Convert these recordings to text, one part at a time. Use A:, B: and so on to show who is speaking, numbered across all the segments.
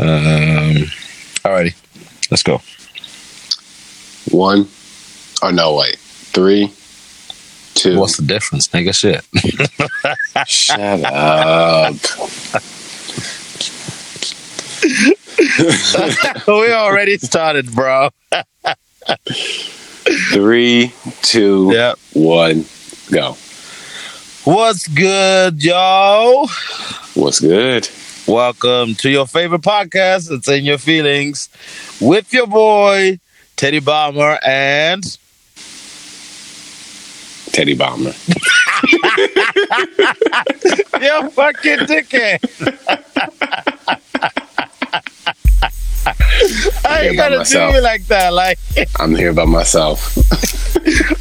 A: Um, all righty, let's go.
B: One. Oh no, wait. Three. Two.
A: What's the difference, nigga? Shit.
B: Shut up.
A: we already started, bro.
B: Three, two,
A: Yep.
B: one, go.
A: What's good, y'all?
B: What's good?
A: Welcome to your favorite podcast. It's in your feelings with your boy Teddy Bomber and
B: Teddy Bomber.
A: your fucking dickhead. I
B: Yeah,
A: ain't
B: by
A: gotta
B: myself.
A: do you like that. Like,
B: I'm here by myself.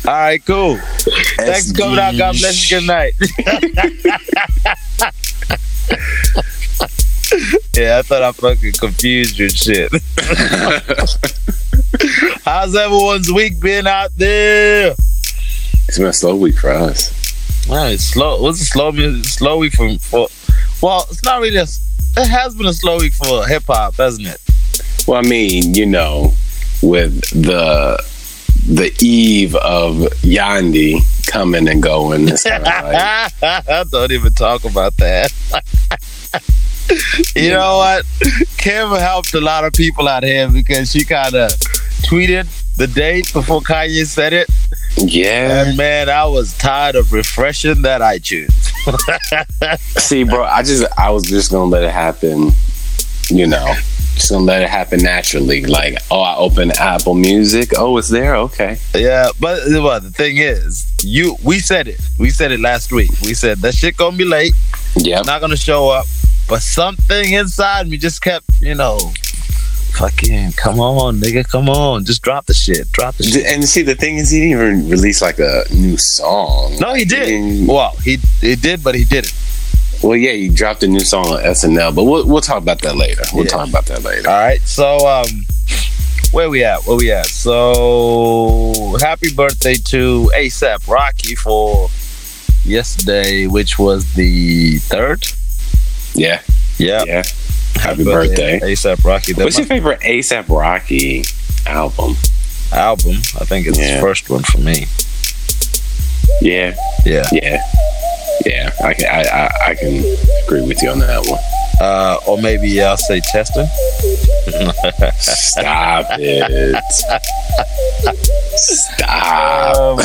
A: all right, cool. Thanks for coming out. God bless you. Good night. yeah, I thought I fucking confused you and shit. How's everyone's week been out there?
B: It's been a slow week for us.
A: Man, it's slow. It was a slow, mu- slow week for, for. Well, it's not really. A, s- it has been a slow week for hip hop, hasn't it?
B: Well, I mean, you know, with the the eve of Yandi coming and going, it's kinda like,
A: Don't even talk about that. you know what? Kim helped a lot of people out here because she kind of tweeted the date before Kanye said it.
B: yeah.
A: And man, I was tired of refreshing that iTunes.
B: See, bro, I just I was just gonna let it happen, you know. Just gonna let it happen naturally. Like, oh, I open Apple Music. Oh, it's there. Okay.
A: Yeah, but well, the thing is, you we said it. We said it last week. We said that shit gonna be late.
B: Yep.
A: not gonna show up. But something inside me just kept, you know, fucking come on, nigga, come on, just drop the shit, drop the shit.
B: D- And see, the thing is, he didn't even release like a new song.
A: No, he did.
B: Mm.
A: Well, he he did, but he didn't.
B: Well, yeah, he dropped a new song on SNL, but we'll we'll talk about that later. We'll
A: Yeah.
B: talk about that later.
A: All right, so um, where we at? Where we at? So happy birthday to ASAP Rocky for yesterday, which was the third.
B: Yeah,
A: Yeah.
B: yeah. Happy birthday.
A: ASAP Rocky. That's
B: What's
A: my
B: your favorite ASAP Rocky album?
A: album. I think it's
B: Yeah.
A: the first one for me.
B: Yeah,
A: Yeah.
B: yeah, yeah. I can I, I, I can agree with you on that one.
A: Uh, or maybe I'll say Chester.
B: Stop it. Stop.
A: Um,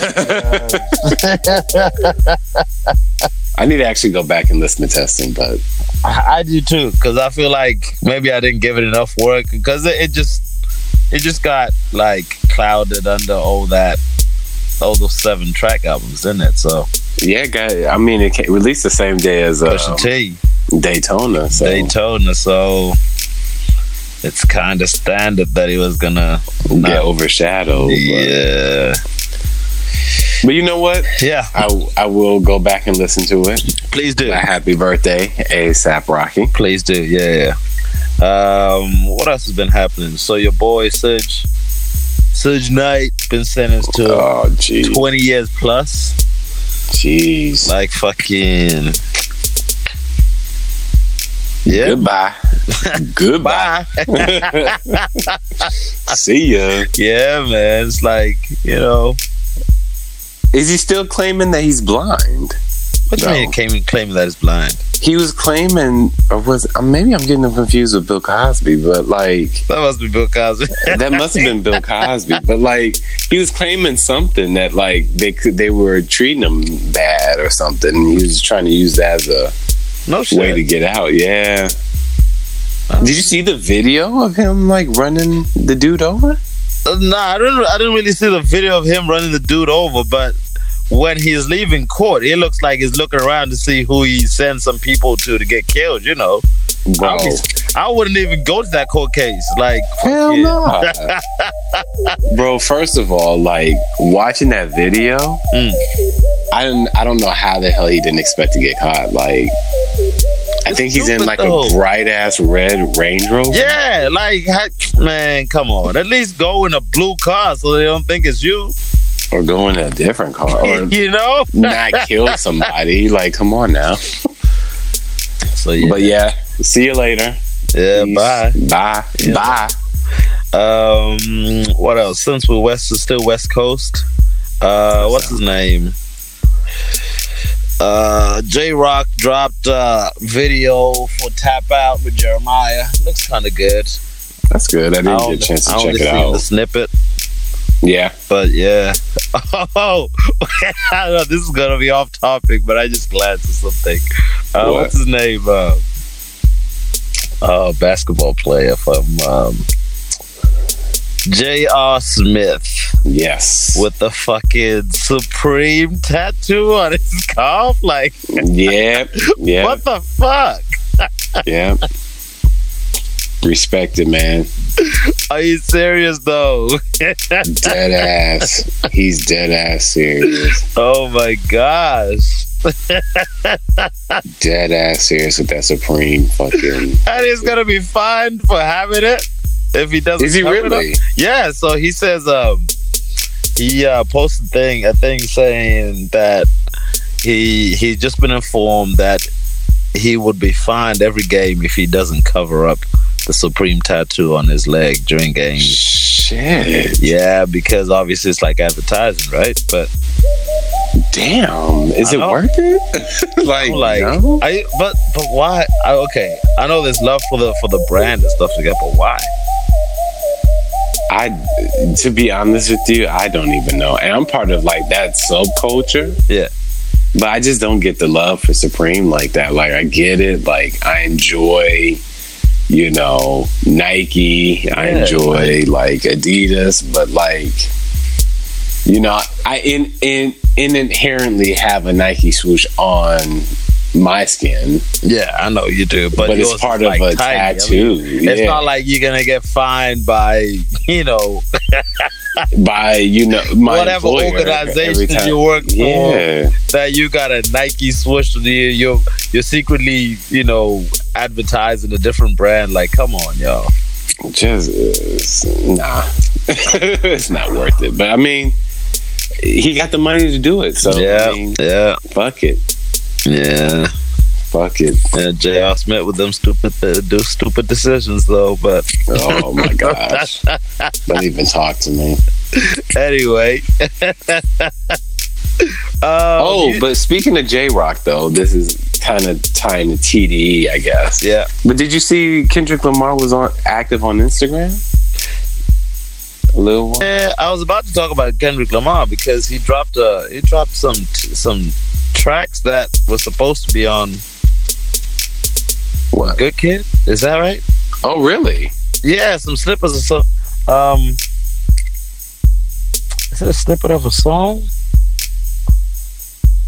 B: I need to actually go back and listen to testing, but
A: I I do too, because I feel like maybe I didn't give it enough work, because it, it just it just got like clouded under all that all those seven track albums in it. So
B: yeah, guy. I mean, it came, released the same day as uh,
A: Pusha T,
B: Daytona. So
A: Daytona, so it's kind of standard that he was gonna.
B: get overshadowed. but-
A: Yeah,
B: But, you know what?
A: yeah.
B: I I will go back and listen to it.
A: Please do.
B: My happy birthday, ASAP Rocky.
A: Please do. Yeah, yeah. Um, what else has been happening? So your boy Suge, Suge Knight, been sentenced to
B: Oh, jeez,
A: 20 years plus.
B: jeez.
A: Like fucking. Yeah.
B: Goodbye. Goodbye.
A: Bye.
B: See ya.
A: Yeah, man. It's like, you know.
B: Is he still claiming that he's blind?
A: What you
B: No.
A: mean claiming, claiming that it's blind?
B: He was claiming, or was uh, maybe I'm getting him confused with Bill Cosby, but like
A: That must be Bill Cosby.
B: that must have been Bill Cosby. But like he was claiming something that like they could they were treating him bad or something. He was trying to use that as a
A: No shit.
B: way to get out. Yeah.
A: Oh.
B: Did you see the video of him like running the dude over?
A: Uh, nah, I didn't, I didn't really see the video of him running the dude over, but when he's leaving court, it looks like he's looking around to see who he sends some people to to get killed, you know?
B: Bro,
A: I, was- I wouldn't even go to that court case. Like,
B: hell
A: yeah.
B: no. Bro, first of all, like watching that video,
A: Mm.
B: I don't I don't know how the hell he didn't expect to get caught. Like I
A: It's
B: think he's in
A: stupid,
B: like
A: though.
B: a bright ass red Range Rover.
A: Yeah, like, ha- man, come on. At least go in a blue car so they don't think it's you.
B: Or going to a different car. Or
A: you know?
B: not kill somebody. Like, come on now.
A: So, yeah.
B: But yeah, see you later.
A: Yeah, bye.
B: Bye.
A: Yeah.
B: Bye.
A: Um, what else? Since we're west, still West Coast. Uh, what's his name? Uh, J Rock dropped a video for Tap Out with Jeremiah. Looks kind of good.
B: That's good. I
A: I
B: didn't
A: only-
B: get a chance to
A: I
B: check
A: only
B: it
A: seen the
B: out.
A: snippet,
B: Yeah.
A: but yeah. Oh, I know this is gonna be off topic, but I just glanced at something. Uh,
B: What?
A: what's his name? Uh, uh, basketball player from um, J.R. Smith.
B: Yes.
A: with the fucking supreme tattoo on his calf. Like,
B: Yep. Yep.
A: what the fuck?
B: Yep. Respect it, man.
A: Are you serious though?
B: Dead ass. He's dead ass serious.
A: oh my gosh.
B: Dead ass serious with that supreme fucking.
A: And he's gonna be fined for having it if he doesn't.
B: Is he
A: cover it up.
B: really?
A: Yeah, so he says um he uh posted thing a thing saying that he he just been informed that he would be fined every game if he doesn't cover up the supreme tattoo on his leg during games.
B: Shit.
A: Yeah, because obviously it's like advertising, right? But
B: Damn. Is
A: I
B: it
A: know.
B: worth it? like,
A: I'm like,
B: no?
A: I but but why? I, okay, I know there's love for the for the brand and stuff like that, but why?
B: I, to be honest with you, I don't even know. And I'm part of like that subculture.
A: Yeah.
B: But I just don't get the love for Supreme like that. Like, I get it. Like, I enjoy, you know, Nike. I
A: Yeah.
B: enjoy like Adidas, but like, you know, I in in in inherently have a Nike swoosh on my skin,
A: Yeah, I know you do, but,
B: but,
A: yours
B: it's
A: is,
B: part
A: like,
B: of a
A: tiny. I mean,
B: tattoo.
A: It's
B: Yeah.
A: not like you're gonna get fined by you know
B: by you know my
A: whatever
B: employer every
A: organization
B: time.
A: you work for
B: Yeah.
A: that you got a Nike swoosh. to the- You're you're secretly you know advertising a different brand. Like, come on, yo.
B: just nah it's not worth it but i mean he got the money to do it so I
A: yeah,
B: mean,
A: yeah,
B: fuck it
A: yeah.
B: fuck it
A: Yeah, J.R. Smith with them stupid uh, do stupid decisions though. But
B: oh my gosh don't even talk to me
A: anyway, um,
B: oh
A: you-
B: but speaking of j-rock though this is kind of tying to tde E, i guess
A: yeah,
B: but did you see kendrick lamar was on active on instagram a little while
A: Yeah, I was about to talk about Kendrick Lamar because he dropped uh he dropped some some tracks that were supposed to be on
B: what
A: Good Kid. Is that right?
B: oh really
A: Yeah, some slippers or something. Um, is it a snippet of a song?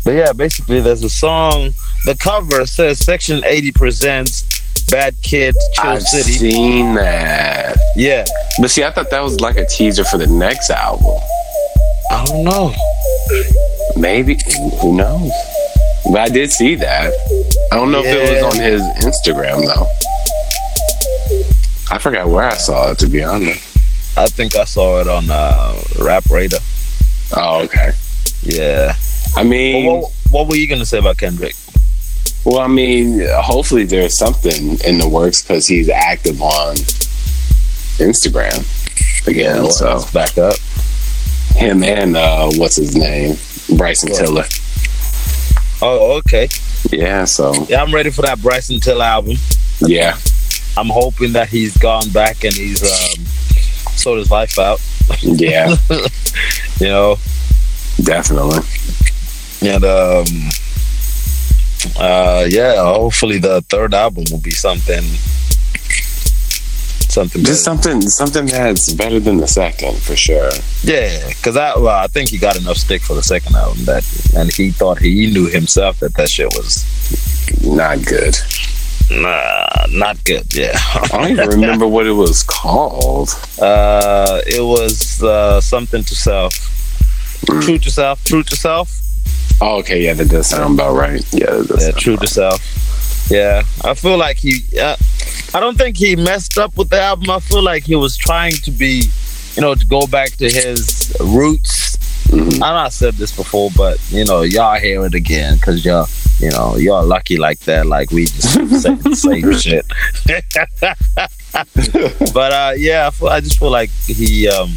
A: But yeah, basically, there's a song. The cover says Section 80 presents Bad Kid, Chill
B: i've
A: City.
B: seen that
A: Yeah,
B: but see i thought that was like a teaser for the next album
A: I don't know.
B: Maybe who knows? But I did see that. I don't know if it
A: Yeah.
B: was on his Instagram though. I forgot where I saw it to be honest.
A: I think I saw it on uh, Rap Radar.
B: Oh, okay.
A: Yeah.
B: I
A: Well,
B: mean, well,
A: what, what were you gonna say about Kendrick?
B: I mean, hopefully there's something in the works because he's active on Instagram again.
A: Well,
B: so
A: let's back up.
B: him and uh, what's his name, Bryson
A: What?
B: Tiller.
A: Oh, okay.
B: Yeah. So
A: Yeah, I'm ready for that Bryson Till album.
B: yeah,
A: I'm hoping that he's gone back and he's um, sort his life out.
B: yeah,
A: You know,
B: definitely.
A: and um, uh, yeah. Hopefully, the third album will be something, something.
B: Just
A: better.
B: something, something that's better than the second for sure.
A: yeah, because I well, I think he got enough stick for the second album that, and he thought he knew himself that that shit was
B: Not good.
A: nah, not good. Yeah.
B: I don't even remember what it was called.
A: Uh, it was uh, something to self. True to self. True to self.
B: Oh, okay, yeah, that does sound about right. Yeah, that does
A: Yeah,
B: sound-
A: true to self. Yeah, I feel like he. Uh, I don't think he messed up with the album. I feel like he was trying to be, you know, to go back to his roots.
B: Mhm.
A: I know I said this before, but you know, y'all hear it again because y'all you know, y'all lucky like that. Like we just say the same shit. but uh, yeah, I, feel, I just feel like he um,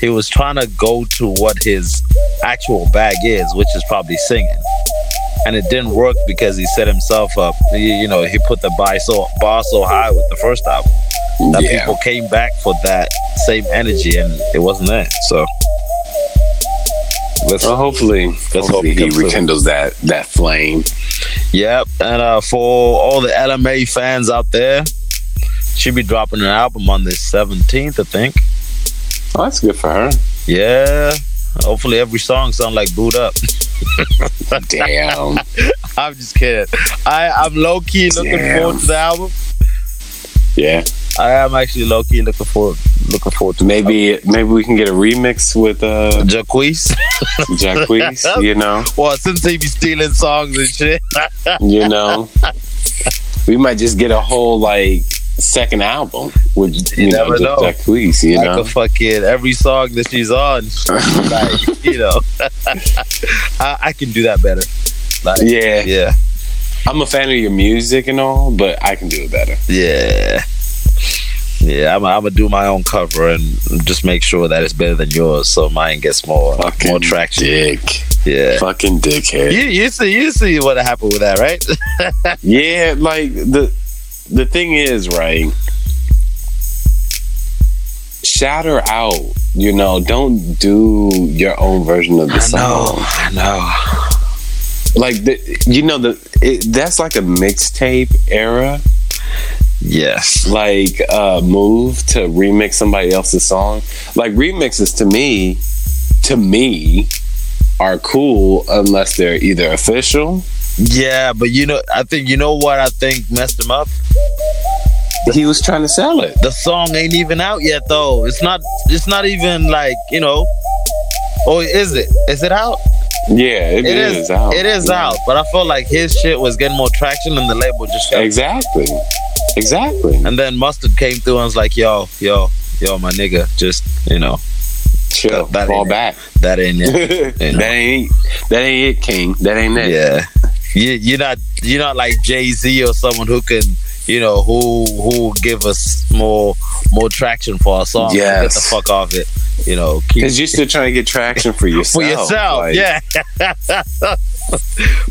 A: he was trying to go to what his actual bag is, which is probably singing. And it didn't work because he set himself up. You, you know, he put the bar so bar so high with the first album that
B: Yeah.
A: people came back for that same energy, and it wasn't there. So let's
B: Well, hopefully,
A: Let's hope
B: hopefully
A: he
B: he
A: comes through.
B: rekindles that that flame.
A: Yep, and uh, for all the LMA fans out there, she'll be dropping an album on the 17th, I think.
B: Oh, that's good for her.
A: Yeah, hopefully every song sound like "Boot Up."
B: Damn.
A: I'm just kidding. I I'm low key looking
B: Damn.
A: forward to the album.
B: yeah.
A: I am actually low key looking forward looking forward to
B: Maybe maybe we can get a remix with uh
A: Jacquees.
B: Jacquees, you know.
A: well, since he be stealing songs and shit,
B: You know. We might just get a whole like second album with you,
A: You
B: know,
A: never
B: just
A: know.
B: Jacquees, you
A: like
B: know.
A: a fucking every song that she's on, like you know, I, I can do that better. Like,
B: Yeah.
A: yeah.
B: I'm a fan of your music and all, but I can do it better.
A: Yeah. Yeah, I'm, I'm gonna do my own cover and just make sure that it's better than yours, so mine gets more more traction.
B: Dick.
A: Yeah,
B: Fucking dickhead.
A: you you see you see what happened with that, right?
B: Yeah, like the the thing is, right? Shout her out. You know, don't do your own version of the song.
A: I know.
B: Like the, you know, the it, that's like a mixtape era,
A: Yes.
B: like uh move to remix somebody else's song. Like remixes to me, to me, are cool unless they're either official.
A: Yeah, but you know, I think you know what I think messed him up.
B: He was trying to sell it.
A: The song ain't even out yet, though. It's not. It's not even like you know. Oh, is it? Is it out?
B: Yeah,
A: It is.
B: out.
A: It is
B: Yeah.
A: out. But I felt like his shit was getting more traction, and the label just shut
B: Exactly. Exactly.
A: And then Mustard came through and was like, yo, yo, yo, my nigga, just, you know,
B: Chill.
A: That- that
B: fall
A: ain't it.
B: back.
A: that ain't it.
B: that ain't that ain't it, King. That ain't it.
A: yeah. You, you're not you're not like Jay Z or someone who can you know who who will give us more more traction for our song. So Get the
B: Yes.
A: fuck off it. You know, keep
B: Cause you're still trying to get traction for yourself.
A: for yourself.
B: Like,
A: yeah,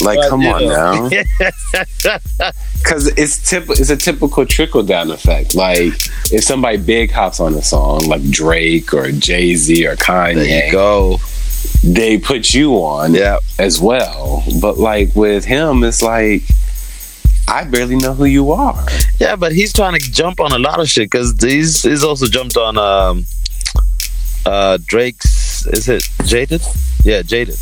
B: Like,
A: But,
B: come
A: you
B: on
A: know.
B: now. Cause it's tip. It's a typical trickle down effect. Like if somebody big hops on a song, like Drake or Jay Z or
A: there you
B: Kanye,
A: go.
B: they put you on
A: Yeah,
B: as well. But like with him, it's like I barely know who you are.
A: yeah, but he's trying to jump on a lot of shit because he's he's also jumped on um uh Drake's. Is it Jaded? Yeah, Jaded.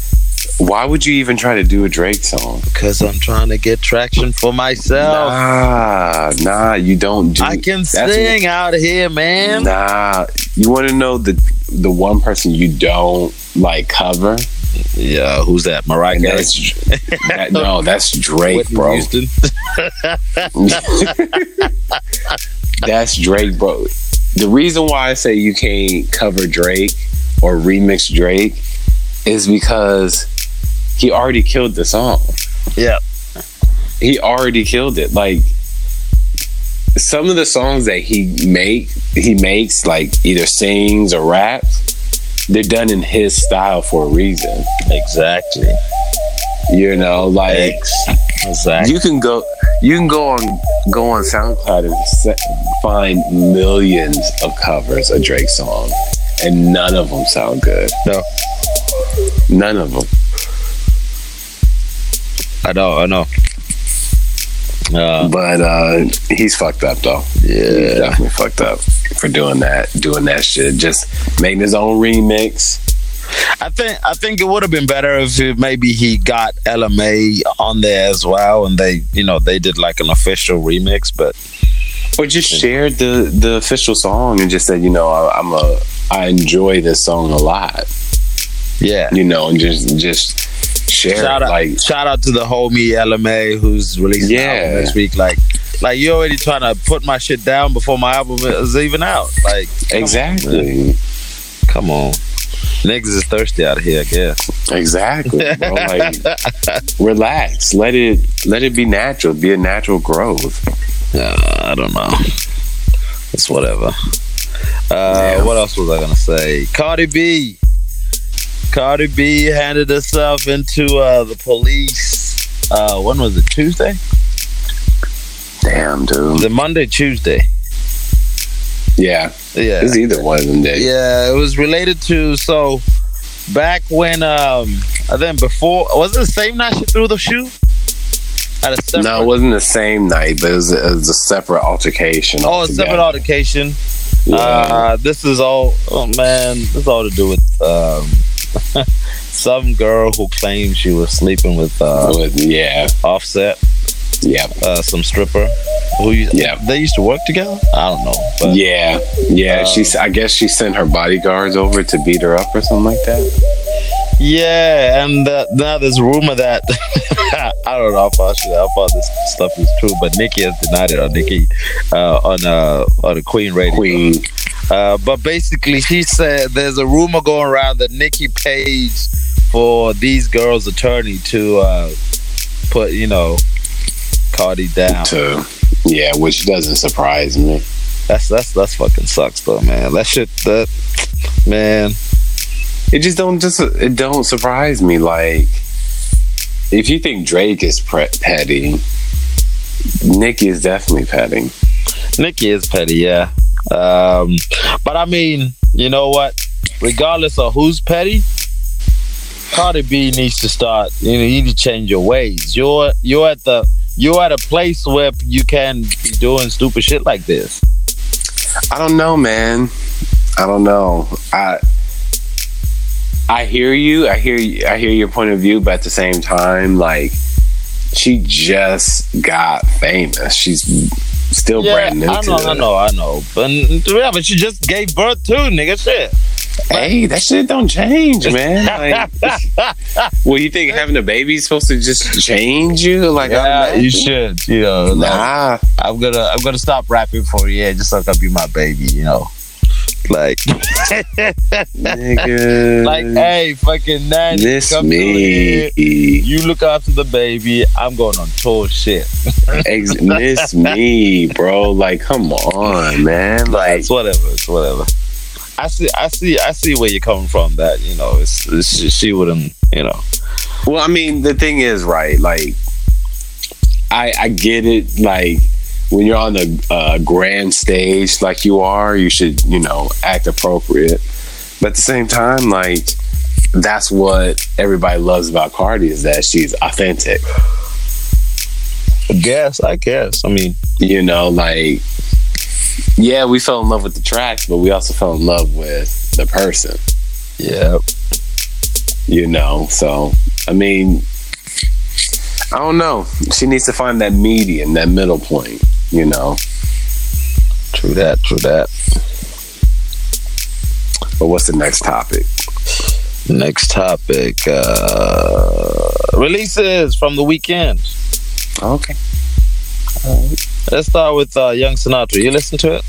B: Why would you even try to do a Drake song?
A: Because I'm trying to get traction for myself.
B: Nah, nah, you don't do.
A: I can
B: that's-
A: sing out here, man.
B: Nah, you want to know the the one person you don't like cover?
A: Yeah, who's that? Mariah
B: And
A: Carey.
B: that's that, no, that's Drake,
A: Whitney
B: bro.
A: Houston.
B: That's Drake, bro. The reason why I say you can't cover Drake or remix Drake is because he already killed the song.
A: Yeah.
B: he already killed it. Like some of the songs that he make he makes, like either sings or raps, they're done in his style for a reason.
A: Exactly.
B: You know, like
A: Exactly.
B: you can go you can go on go on SoundCloud and se- find millions of covers of Drake songs, and none of them sound good.
A: No.
B: None of them.
A: I know. I know. Uh,
B: But uh, he's fucked up though. He's
A: yeah.
B: definitely fucked up for doing that, doing that shit. Just making his own remix.
A: I think I think it would have been better if it, maybe he got LMA on there as well, and they you know they did like an official remix. But
B: Or just shared the the official song and just said, you know, I, I'm a I enjoy this song a lot,
A: yeah.
B: you know, and just just share
A: Shout
B: it.
A: out,
B: like
A: shout out to the homie LMA who's releasing yeah.
B: Yeah.
A: album next week. Like, like you already trying to put my shit down before my album is even out. Like,
B: exactly.
A: come on, Niggas is thirsty out here, I guess.
B: Exactly. Bro. Like, relax. Let it let it be natural. Be a natural growth.
A: Uh, I don't know. It's whatever. Uh, What else was I gonna say? Cardi B. Cardi B handed herself into uh, the police. Uh, when was it? Tuesday?
B: Damn, dude.
A: Was it Monday? Tuesday?
B: Yeah,
A: Yeah.
B: it's either one of them days.
A: Yeah, it was related to so back when um I think before was it the same night she threw the shoe? At a separate
B: No, it wasn't the same night, but it was, it was a separate altercation.
A: Oh, a separate
B: altogether.
A: altercation.
B: Yeah.
A: Uh, this is all oh man, this is all to do with um some girl who claimed she was sleeping with uh
B: But yeah,
A: offset,
B: yeah,
A: uh some stripper who used,
B: Yeah.
A: they used to work together? I don't know. But
B: yeah, yeah. she's. I guess she sent her bodyguards over to beat her up or something like that.
A: Yeah, and uh, now there's rumor that I don't know how far, she, how far this stuff is true, but Nikki has denied it on Nikki uh, on uh, on the Queen radio.
B: Queen.
A: Uh, but basically, she said there's a rumor going around that Nikki paid for these girls' attorney to uh, put you know Cardi down.
B: to yeah, which doesn't surprise me.
A: That's that's that's fucking sucks though, man. That shit, that man.
B: It just don't just it don't surprise me. Like if you think Drake is pre- petty, Nicki is definitely petty.
A: Nikki is petty, yeah. Um, but I mean, you know what? Regardless of who's petty, Cardi B needs to start. You know, you need to change your ways. You're you're at the you're at a place where you can be doing stupid shit like this.
B: I don't know, man. I don't know. I I hear you. I hear you. I hear your point of view, but at the same time, like she just got famous. She's still
A: Yeah, I
B: brand new. to
A: know, I
B: this.
A: know, I know. But yeah, but she just gave birth too, nigga. Shit.
B: Hey, that shit don't change, man. Like, well, you think having a baby is supposed to just change you? Like,
A: Yeah,
B: automatically?
A: you should. You know, like,
B: nah.
A: I'm gonna I'm gonna stop rapping for a year just so I can be my baby. You know, like.
B: Nigga.
A: Like, hey, fucking nanny,
B: this
A: come through
B: Mm. me.
A: here. You look after the baby. I'm going on tour shit.
B: Ex- miss me, bro. Like, come on, man. Like,
A: It's whatever. It's whatever. I see. I see. I see where you're coming from. That you know, it's, it's she- she wouldn't. You know.
B: Well, I mean, the thing is, right? Like, I I get it. Like, when you're on the uh, grand stage, like you are, you should, you know, act appropriate. But at the same time, like, that's what everybody loves about Cardi is that she's authentic.
A: I guess. I guess. I mean,
B: You know, like, yeah, we fell in love with the tracks, but we also fell in love with the person.
A: yeah.
B: you know. So, I mean, I don't know. She needs to find that median, that middle point, you know.
A: True that. True that.
B: But what's the next topic?
A: Next topic. Uh, releases from the weekend.
B: Okay.
A: Let's start with uh, Young Sinatra. You listen to it?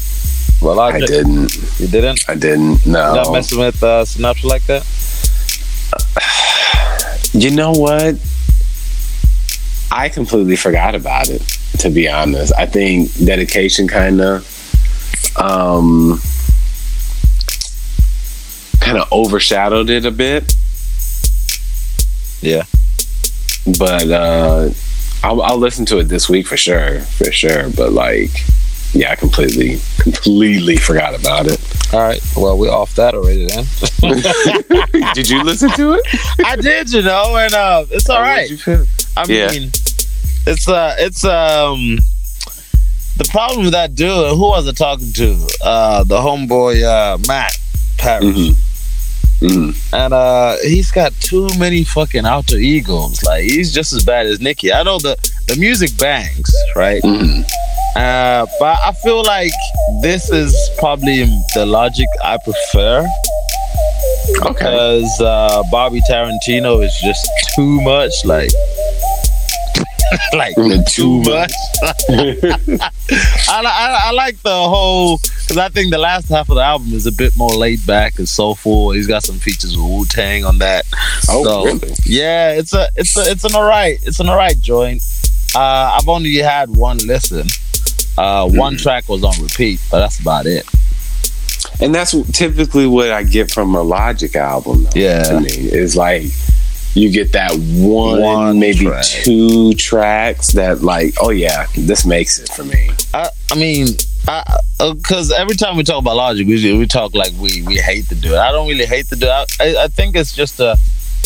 A: Well,
B: I didn't.
A: You didn't.
B: I didn't.
A: You're
B: No.
A: Not messing with uh, Sinatra like that.
B: you know what? I completely forgot about it, to be honest. I think dedication kind of um kind of overshadowed it a bit.
A: Yeah.
B: but uh I'll, I'll listen to it this week for sure for sure but like yeah i completely completely forgot about it
A: All right. Well, we're off that already then.
B: did you listen to it
A: I did, you know, and uh, it's all right. I mean,
B: Yeah.
A: it's uh, it's um, the problem with that dude. Who was I talking to? Uh, the homeboy uh, Matt Parrish,
B: Mhm. mm.
A: and uh, he's got too many fucking alter egos. Like he's just as bad as Nicki. I know the the music bangs, right?
B: Mm.
A: Uh, but I feel like this is probably the logic I prefer.
B: okay
A: because uh, Bobby Tarantino is just too much. Like, like
B: Mm-hmm.
A: too
B: Too
A: much.
B: much. Oh,
A: I, li- I, li- I like the whole because I think the last half of the album is a bit more laid back and soulful. He's got some features with Wu Tang on that.
B: Oh,
A: So,
B: really?
A: Yeah, it's a it's a, it's an alright it's an alright joint. Uh, I've only had one listen. Uh, One
B: Mm.
A: track was on repeat, but that's about it.
B: And that's typically what I get from a Logic album. Though,
A: Yeah.
B: to me is like you get that one,
A: One
B: maybe
A: track.
B: two tracks that like, oh yeah, this makes it for me.
A: I, I mean, because every time we talk about logic, we we talk like we we hate to do it. I don't really hate to do it. I, I think it's just a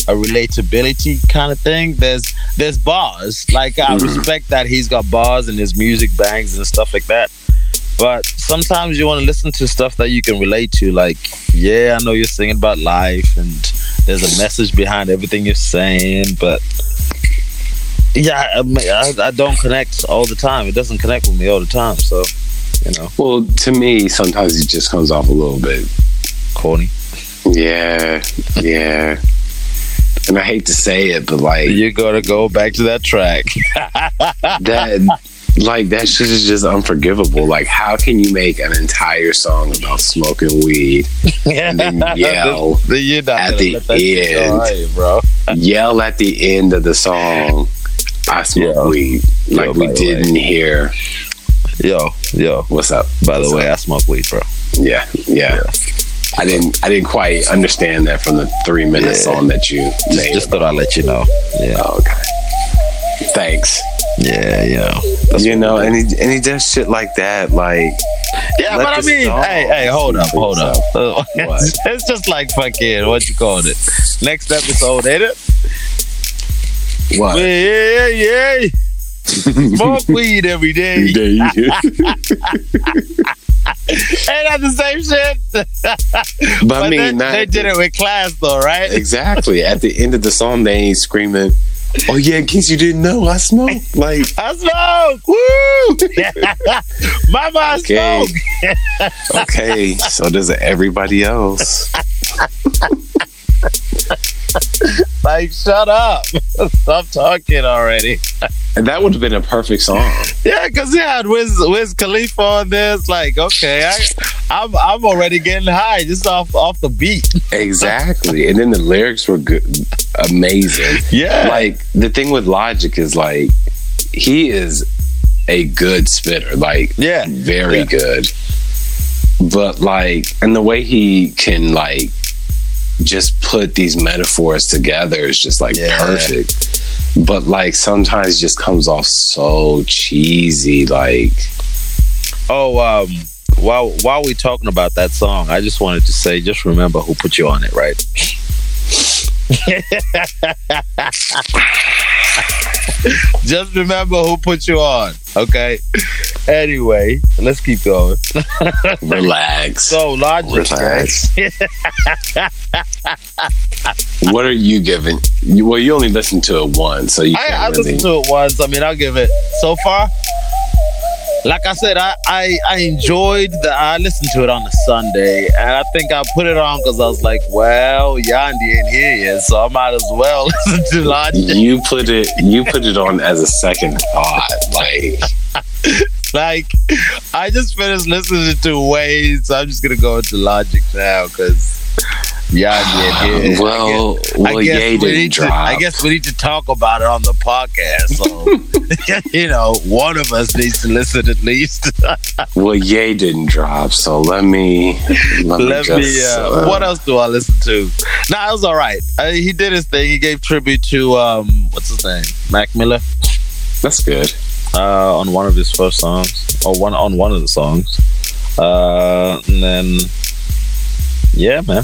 A: a relatability kind of thing. There's there's bars. Like I respect that he's got bars and his music bangs and stuff like that. But sometimes you want to listen to stuff that you can relate to. Like, yeah, I know you're singing about life and there's a message behind everything you're saying, but yeah, I, mean, I, I don't connect all the time. It doesn't connect with me all the time. So, you know,
B: Well, to me, sometimes it just comes off a little bit.
A: corny.
B: Yeah, yeah. And I hate to say it, but like
A: You gotta go back to that track.
B: that like that shit is just unforgivable. Like how can you make an entire song about smoking weed,
A: and
B: then yell
A: you're not
B: at
A: gonna
B: the
A: let that shit go,
B: end.
A: are you, bro.
B: yell at the end of the song, I smoke
A: Yo.
B: weed. Like
A: Yo, by
B: we
A: the
B: didn't hear
A: Yo, yo.
B: what's up.
A: By the way, I smoke weed, bro.
B: Yeah, yeah. I didn't I didn't quite understand that from the three minute
A: Yeah.
B: song that you
A: Just,
B: made.
A: just thought I'd let you know. Yeah,
B: oh, okay. Thanks.
A: yeah, you know.
B: you know, and he and he does shit like that, like
A: Yeah,
B: Let
A: but I
B: the
A: mean,
B: song
A: hey, hey, hold up,
B: speak for
A: hold up. it's, it's just like fucking what you called it. Next episode, ain't it?
B: what?
A: Yeah, yeah, yeah. Smoke weed every day. Ain't that the same shit?
B: but,
A: But
B: I mean,
A: they,
B: not,
A: they did it with class, though, right?
B: exactly. At the end of the song, they ain't screaming. Oh yeah, in case you didn't know, I smoke. Like,
A: I smoke. Woo! Mama, I
B: Okay.
A: smoke.
B: okay, so does everybody else.
A: Like, shut up. Stop talking already.
B: And that would have been a perfect song.
A: Yeah, because he had Wiz, Wiz Khalifa on this. Like, okay, I, I'm I'm already getting high just off off the beat.
B: Exactly. And then the lyrics were good, amazing.
A: Yeah.
B: Like the thing with Logic is like he is a good spitter. Like
A: yeah.
B: very
A: Yeah.
B: good. But like, and the way he can like just put these metaphors together is just like
A: Yeah.
B: perfect. But like sometimes just comes off so cheesy. Like,
A: Oh, um, while while we talking about that song, I just wanted to say, just remember who put you on it, right? just remember who put you on. Okay. Anyway, let's keep going.
B: relax.
A: So logic. right?
B: relax. what are you giving? You, well, you only listened to it once, so you
A: I,
B: can't
A: I
B: really.
A: listened to it once. I mean, I'll give it so far. Like I said, I, I, I enjoyed the. I listened to it on a Sunday, and I think I put it on because I was like, "Well, Yandi ain't here yet, so I might as well listen to Logic."
B: you put it. You put it on as a second thought, like.
A: Like, I just finished listening to Waze, so I'm just gonna go into Logic now because Yandi ain't here.
B: well, well, Ye
A: we
B: didn't
A: need to,
B: drop.
A: I guess we need to talk about it on the podcast. So, you know, one of us needs to listen at least.
B: Well, Ye didn't drop, so let me. Let, me.
A: Let me.
B: Just,
A: Uh,
B: uh,
A: what else do I listen to? Nah, it was all right. Uh, he did his thing. He gave tribute to um, what's his name, Mac Miller,
B: That's good.
A: uh, on one of his first songs, or one on one of the songs. Uh, and then, yeah, man.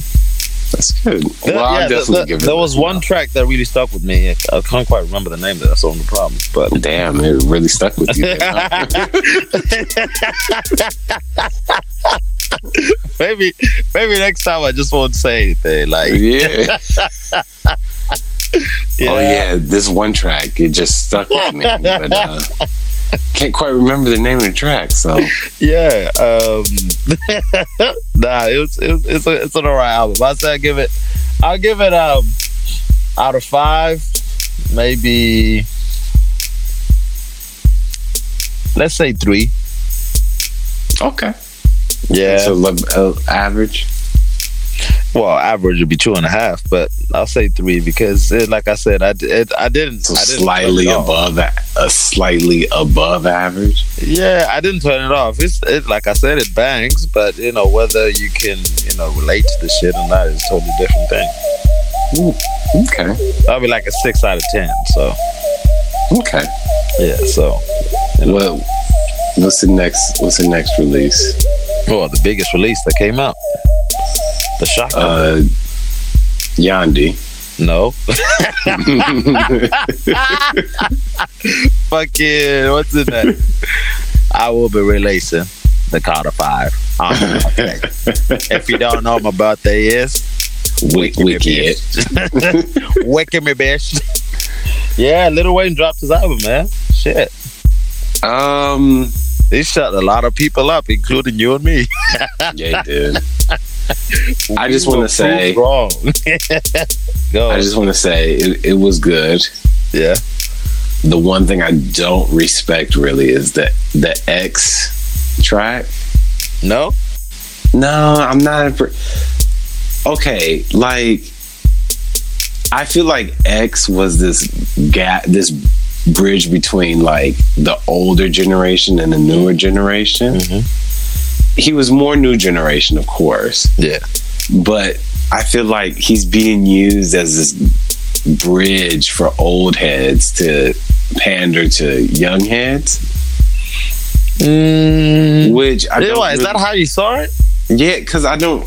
B: That's good.
A: There-
B: well,
A: yeah,
B: I'll definitely
A: there-
B: give it.
A: there was
B: a-
A: one track that really stuck with me. I can't quite remember the name. That's the only problem. But
B: Damn, it really stuck with you. huh?
A: maybe, maybe next time I just won't say anything. Like,
B: yeah. Oh yeah, this one track it just stuck with me, but uh, can't quite remember the name of the track. So
A: Yeah. Um, nah, it was, it was, it's a, it's an alright album. I say I give it, I'll give it um out of five, maybe let's say three.
B: Okay.
A: Yeah.
B: So le- uh, average.
A: well, average would be two and a half, but I'll say three because, it, like I said, I d- it, I didn't.
B: So
A: I didn't turn
B: slightly
A: it off.
B: above a a slightly above average.
A: Yeah, I didn't turn it off. It's it, like I said, it bangs, but you know whether you can you know relate to the shit or not is a totally different thing.
B: Okay.
A: That'd be like a six out of ten. So
B: Okay.
A: yeah, so
B: Well, what's the next? What's the next release?
A: well, Oh, the biggest release that came out, the shock.
B: Uh, Yandi.
A: no, fucking what's in that? I will be releasing the Carter Five. on my birthday. Um, if you don't know, what my birthday is
B: Wick- Wicked.
A: Wicked me, bitch. yeah, Little Wayne dropped his album, man. Shit.
B: Um.
A: He shut a lot of people up, including you and me.
B: Yeah, dude. I just want to say.
A: wrong. Go.
B: I just want to say it, it was good.
A: yeah.
B: The one thing I don't respect really is the the X track.
A: No.
B: No, I'm not. A per- okay, like I feel like X was this gap, this bridge between like the older generation and the newer generation.
A: Mhm.
B: He was more new generation, of course,
A: Yeah.
B: but I feel like he's being used as this bridge for old heads to pander to young heads.
A: Mm,
B: Which I don't
A: is that
B: really-
A: how you saw it?
B: Yeah, because I don't.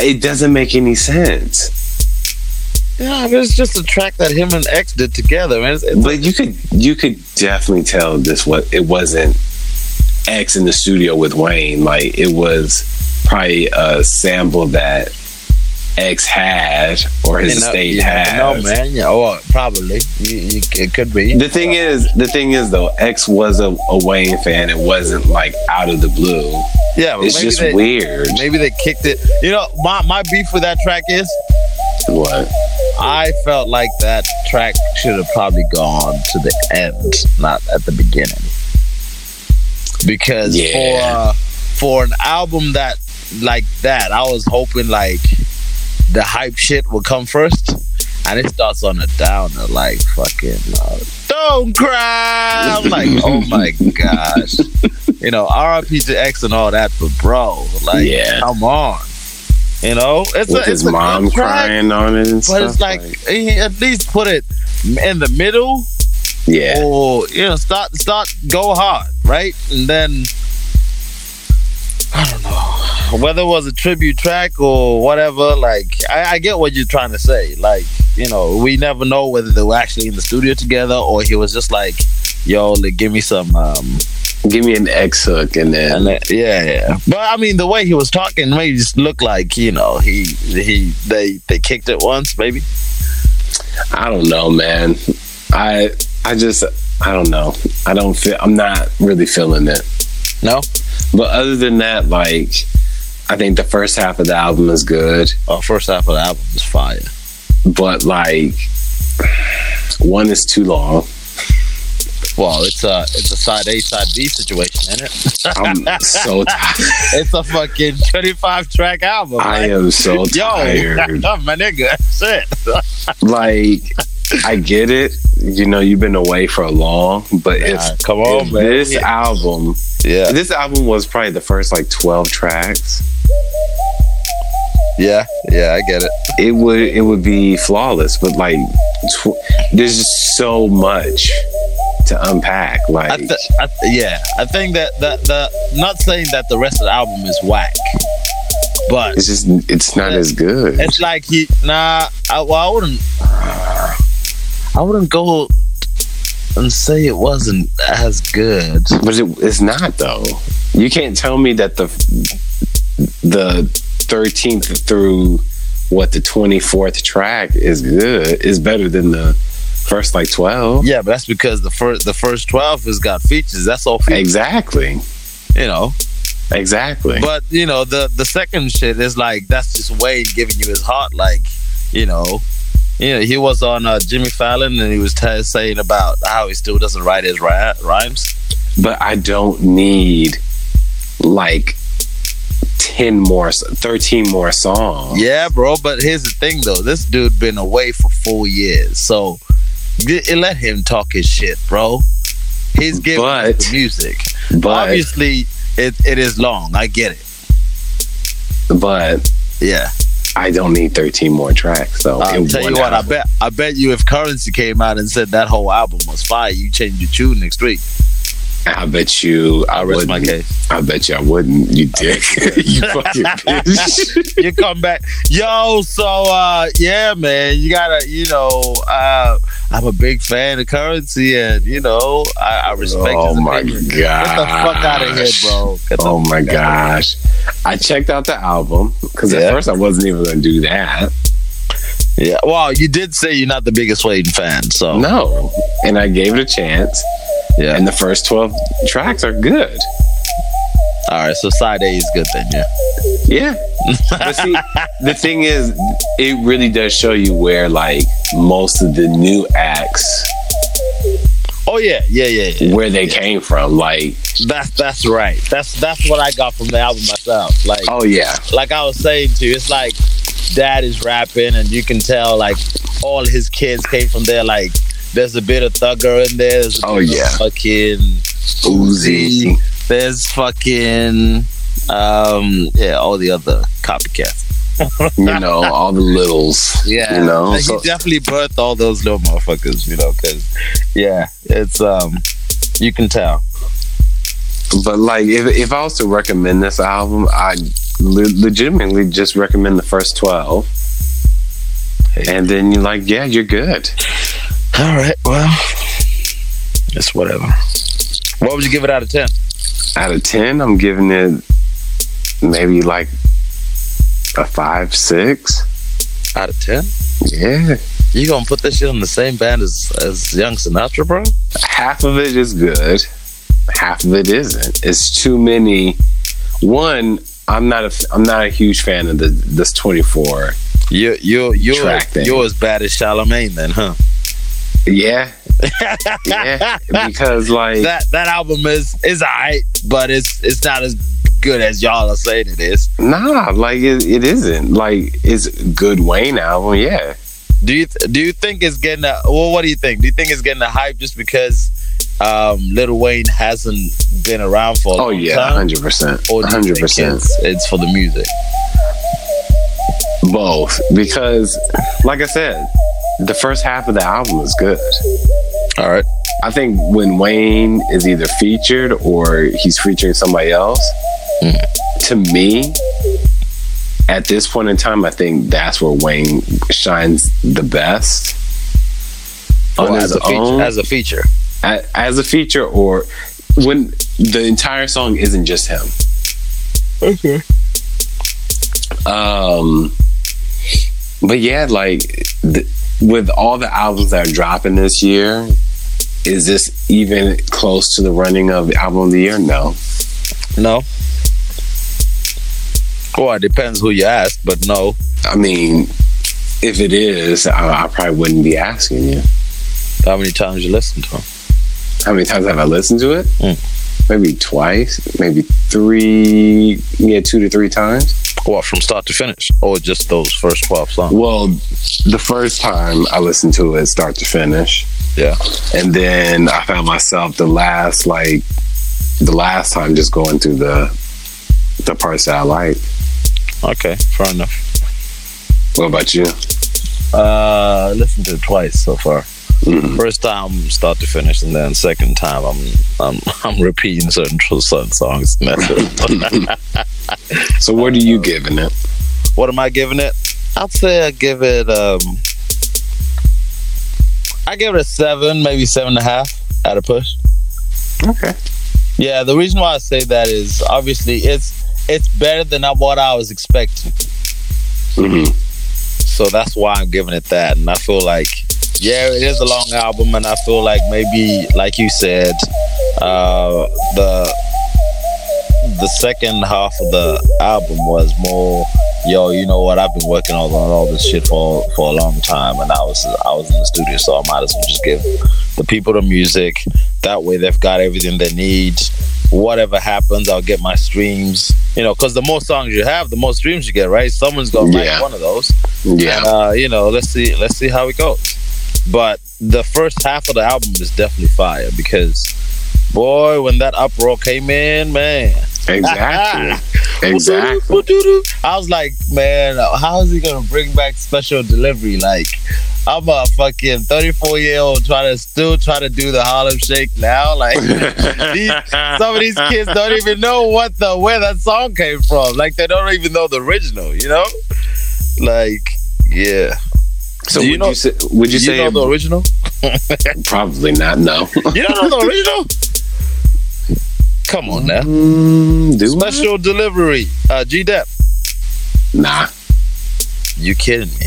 B: It doesn't make any sense.
A: Yeah, I mean, it's just a track that him and X did together, man. It's, it's-
B: But you could you could definitely tell this was it wasn't X in the studio with Wayne. Like it was probably a sample that X had or his
A: you know,
B: estate
A: you
B: had.
A: No, man. uh, Yeah, well, probably. You, you, it could be.
B: The thing is, the thing is though, X was a, a Wayne fan. It wasn't like out of the blue.
A: yeah, but
B: It's
A: maybe
B: just
A: they,
B: weird.
A: Maybe they kicked it. You know, my, my beef with that track is
B: What?
A: I felt like that track should have probably gone to the end, not at the beginning. Because uh,
B: Yeah.
A: for for an album that like that, I was hoping like the hype shit would come first. And it starts on a downer, like fucking uh, don't cry. I'm like, oh my gosh, you know, RIP to X and all that, but bro, like,
B: Yeah.
A: come on, you know, it's
B: With
A: a,
B: his
A: it's a good
B: mom
A: track.
B: crying on it and
A: But
B: stuff.
A: it's like, eh, at least put it in the middle,
B: yeah.
A: or you know, start start go hard, right? And then I don't know whether it was a tribute track or whatever. Like, I, I get what you're trying to say. Like, you know, we never know whether they were actually in the studio together or he was just like, "Yo, like, give me some." Um,
B: Give me an X hook and then
A: and then, yeah, yeah. But I mean, the way he was talking made it just look like you know he he they they kicked it once, maybe.
B: I don't know, man. I I just I don't know. I don't feel I'm not really feeling it.
A: No,
B: But other than that, like I think the first half of the album is good,
A: Oh, first half of the album is fire.
B: but like one is too long.
A: Well, it's a it's a side A side B situation, isn't it?
B: I'm so tired.
A: It's a fucking twenty five track album.
B: I
A: like,
B: am
A: yo,
B: so tired.
A: my nigga, that's it.
B: Like I get it. You know, you've been away for long, but if,
A: Nah, come
B: if
A: on, Oh, man.
B: this album
A: Yeah,
B: this album was probably the first like twelve tracks.
A: yeah, yeah. I get it.
B: it would it would be flawless but like tw- there's just so much to unpack
A: I
B: like
A: th- I th- yeah, I think that that the not saying that the rest of the album is whack, but
B: it's just it's not as good
A: it's like he nah. I, well, I wouldn't. I wouldn't go and say it wasn't as good.
B: but it, it's not though you can't tell me that the the 13th through what the 24th track is good is better than the first like 12
A: Yeah, but that's because the first the first twelve has got features. That's all features,
B: exactly
A: you know.
B: exactly
A: But you know the the second shit is like that's just Wayne giving you his heart, like you know, you know he was on uh, Jimmy Fallon and he was t- saying about how he still doesn't write his ri- rhymes.
B: but I don't need like 10 more 13 more songs.
A: Yeah, bro. But here's the thing, though. This dude been away for four years, so y- let him talk his shit, bro. He's giving us
B: But-
A: the music.
B: But
A: Obviously, it, it is long. I get it.
B: but
A: Yeah.
B: I don't need 13 more tracks though.
A: I'll
B: in
A: tell you
B: one
A: what. I
B: album.
A: bet. I bet you if Currency came out and said that whole album was fire, you change your tune next week.
B: I bet you I
A: I rest my
B: wouldn't.
A: case.
B: I bet you I wouldn't, you dick. you fucking bitch.
A: you come back, yo. So uh, yeah, man. You gotta, you know. Uh, I'm a big fan of Currency, and you know, I, I respect.
B: oh
A: his
B: my
A: opinion.
B: god.
A: Get the fuck out of here, bro. Get the
B: Oh my
A: fuck outta here.
B: gosh. I checked out the album because
A: Yeah.
B: at first I wasn't even going to do that.
A: Yeah. Well, you did say you're not the biggest Wayne fan, so
B: No. And I gave it a chance.
A: Oh. yeah.
B: And the first 12 tracks are good.
A: All right. So side A is good then, yeah.
B: Yeah. but see, the thing is, it really does show you where, like, most of the new acts,
A: Oh yeah, yeah, yeah. yeah.
B: where they came from. Like,
A: That's that's right. That's that's what I got from the album myself. Like
B: oh, yeah.
A: like I was saying to you, it's like dad is rapping, and you can tell like all his kids came from there. Like there's a bit of thugger in there. There's a
B: Oh,
A: bit of
B: yeah.
A: fucking
B: Uzi.
A: There's fucking um yeah, all the other copycats.
B: You know, all the littles.
A: Yeah,
B: You know?
A: Like,
B: So-
A: he definitely birthed all those little motherfuckers, you know, because yeah, it's um, you can tell.
B: But like, if if I was to recommend this album, I le- legitimately just recommend the first twelve, and then you're like, yeah, you're good.
A: All right, well, it's whatever. What would you give it out of ten?
B: Out of ten, I'm giving it maybe like a five, six.
A: Out of ten?
B: Yeah,
A: You gonna put this shit on the same band as as Young Sinatra, bro?
B: half of it is good, half of it isn't. It's too many. One, I'm not a f- I'm not a huge fan of the this 24.
A: You you you
B: Track thing.
A: you're as bad as Charlemagne then, huh?
B: Yeah, yeah, because like
A: That that album is is alright, but it's it's not as good as y'all are saying it is.
B: Nah, like it, it isn't. Like it's a good Wayne album, yeah.
A: Do you th- do you think it's getting a, well? What do you think? Do you think it's getting a hype just because um, Little Wayne hasn't been around for a
B: Oh
A: long
B: yeah,
A: time,
B: hundred percent,
A: or do you
B: hundred
A: think
B: percent.
A: It's, it's for the music.
B: Both, because like I said, the first half of the album is good.
A: All right.
B: I think when Wayne is either featured or he's featuring somebody else,
A: Mm.
B: to me, at this point in time, I think that's where Wayne shines the best. On
A: Well, Oh, as
B: his
A: a feature,
B: own,
A: as a feature.
B: a- as a feature or when the entire song isn't just him.
A: Okay.
B: Um, but yeah, like th- with all the albums that are dropping this year, is this even close to the running of album of the year? No.
A: No. Well, it depends who you ask, but no.
B: I mean, if it is, I, I probably wouldn't be asking you.
A: How many times you listen to him?
B: How many times have I listened to it?
A: Mm.
B: Maybe twice, maybe three, yeah, two to three times.
A: What from start to finish, or just those first twelve songs?
B: Well, the first time I listened to it start to finish,
A: Yeah.
B: and then I found myself the last like the last time just going through the the parts that I like.
A: Okay, fair enough.
B: What about you?
A: Uh, listen to it twice so far.
B: Mhm.
A: First time start to finish, and then second time I'm I'm I'm repeating certain certain songs. And that's it.
B: So what are
A: Uh,
B: you giving it?
A: what am I giving it? I'd say I give it um I give it a seven, maybe seven and a half at a push.
B: Okay.
A: Yeah, the reason why I say that is obviously it's it's better than what I was expecting.
B: hmm
A: So that's why I'm giving it that. And I feel like, yeah, it is a long album, and I feel like maybe, like you said, uh, the the second half of the album was more yo, you know what? I've been working on, on all this shit for for a long time, and I was I was in the studio, so I might as well just give the people the music. That way, they've got everything they need. Whatever happens, I'll get my streams. You know, because the more songs you have, the more streams you get, right? Someone's gonna
B: Yeah.
A: like one of those.
B: Yeah.
A: And, uh, you know, let's see, let's see how it goes. But the first half of the album is definitely fire because, boy, when that uproar came in, man.
B: Exactly. exactly.
A: I was like, man, how is he gonna bring back special delivery? Like, I'm a fucking 34 year old trying to still try to do the Harlem Shake now. Like, these, some of these kids don't even know what the where that song came from. Like, they don't even know the original. You know, like, yeah.
B: So
A: Do you
B: would
A: know-
B: you say, would you,
A: you
B: say
A: know the original?
B: probably not? No.
A: You don't know the original? Come on now.
B: Mm, do I?
A: Special delivery. Uh, G Dep.
B: Nah,
A: You kidding me?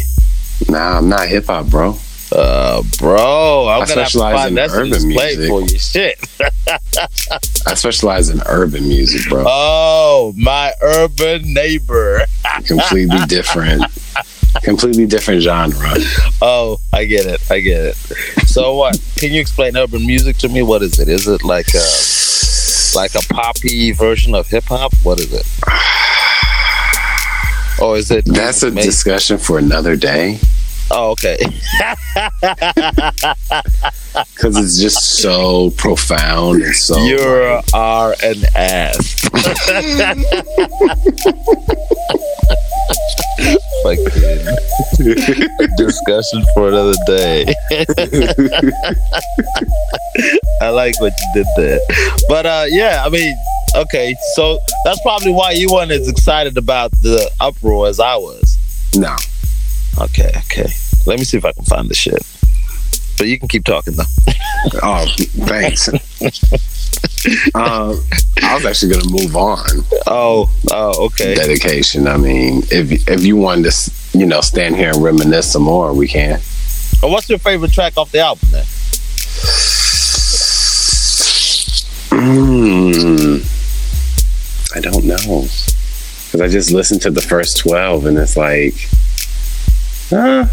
B: nah, I'm not hip hop, bro.
A: Uh, bro, I'm
B: I
A: gonna have to
B: specialize in
A: find that
B: urban
A: urban play
B: music.
A: for you. Shit.
B: I specialize in urban music, bro.
A: Oh, my urban neighbor.
B: completely different, completely different genre.
A: Oh, I get it. I get it. So what? Can you explain urban music to me? What is it? Is it like a like a poppy version of hip hop? What is it? Or is it?
B: That's a
A: Maybe-
B: discussion for another day
A: oh, okay.
B: because it's just so profound and so.
A: You are an ass. Fucking discussion for another day. I like what you did there, but uh, yeah, I mean, okay, so that's probably why you weren't as excited about the uproar as I was.
B: no,
A: Okay, okay. Let me see if I can find the shit. But you can keep talking though.
B: oh, thanks. um, I was actually gonna move on.
A: Oh, oh, okay.
B: Dedication. I mean, if if you wanted to, s- you know, stand here and reminisce some more, we can.
A: And what's your favorite track off the album then?
B: Mm, I don't know. Because I just listened to the first 12 and it's like, uh,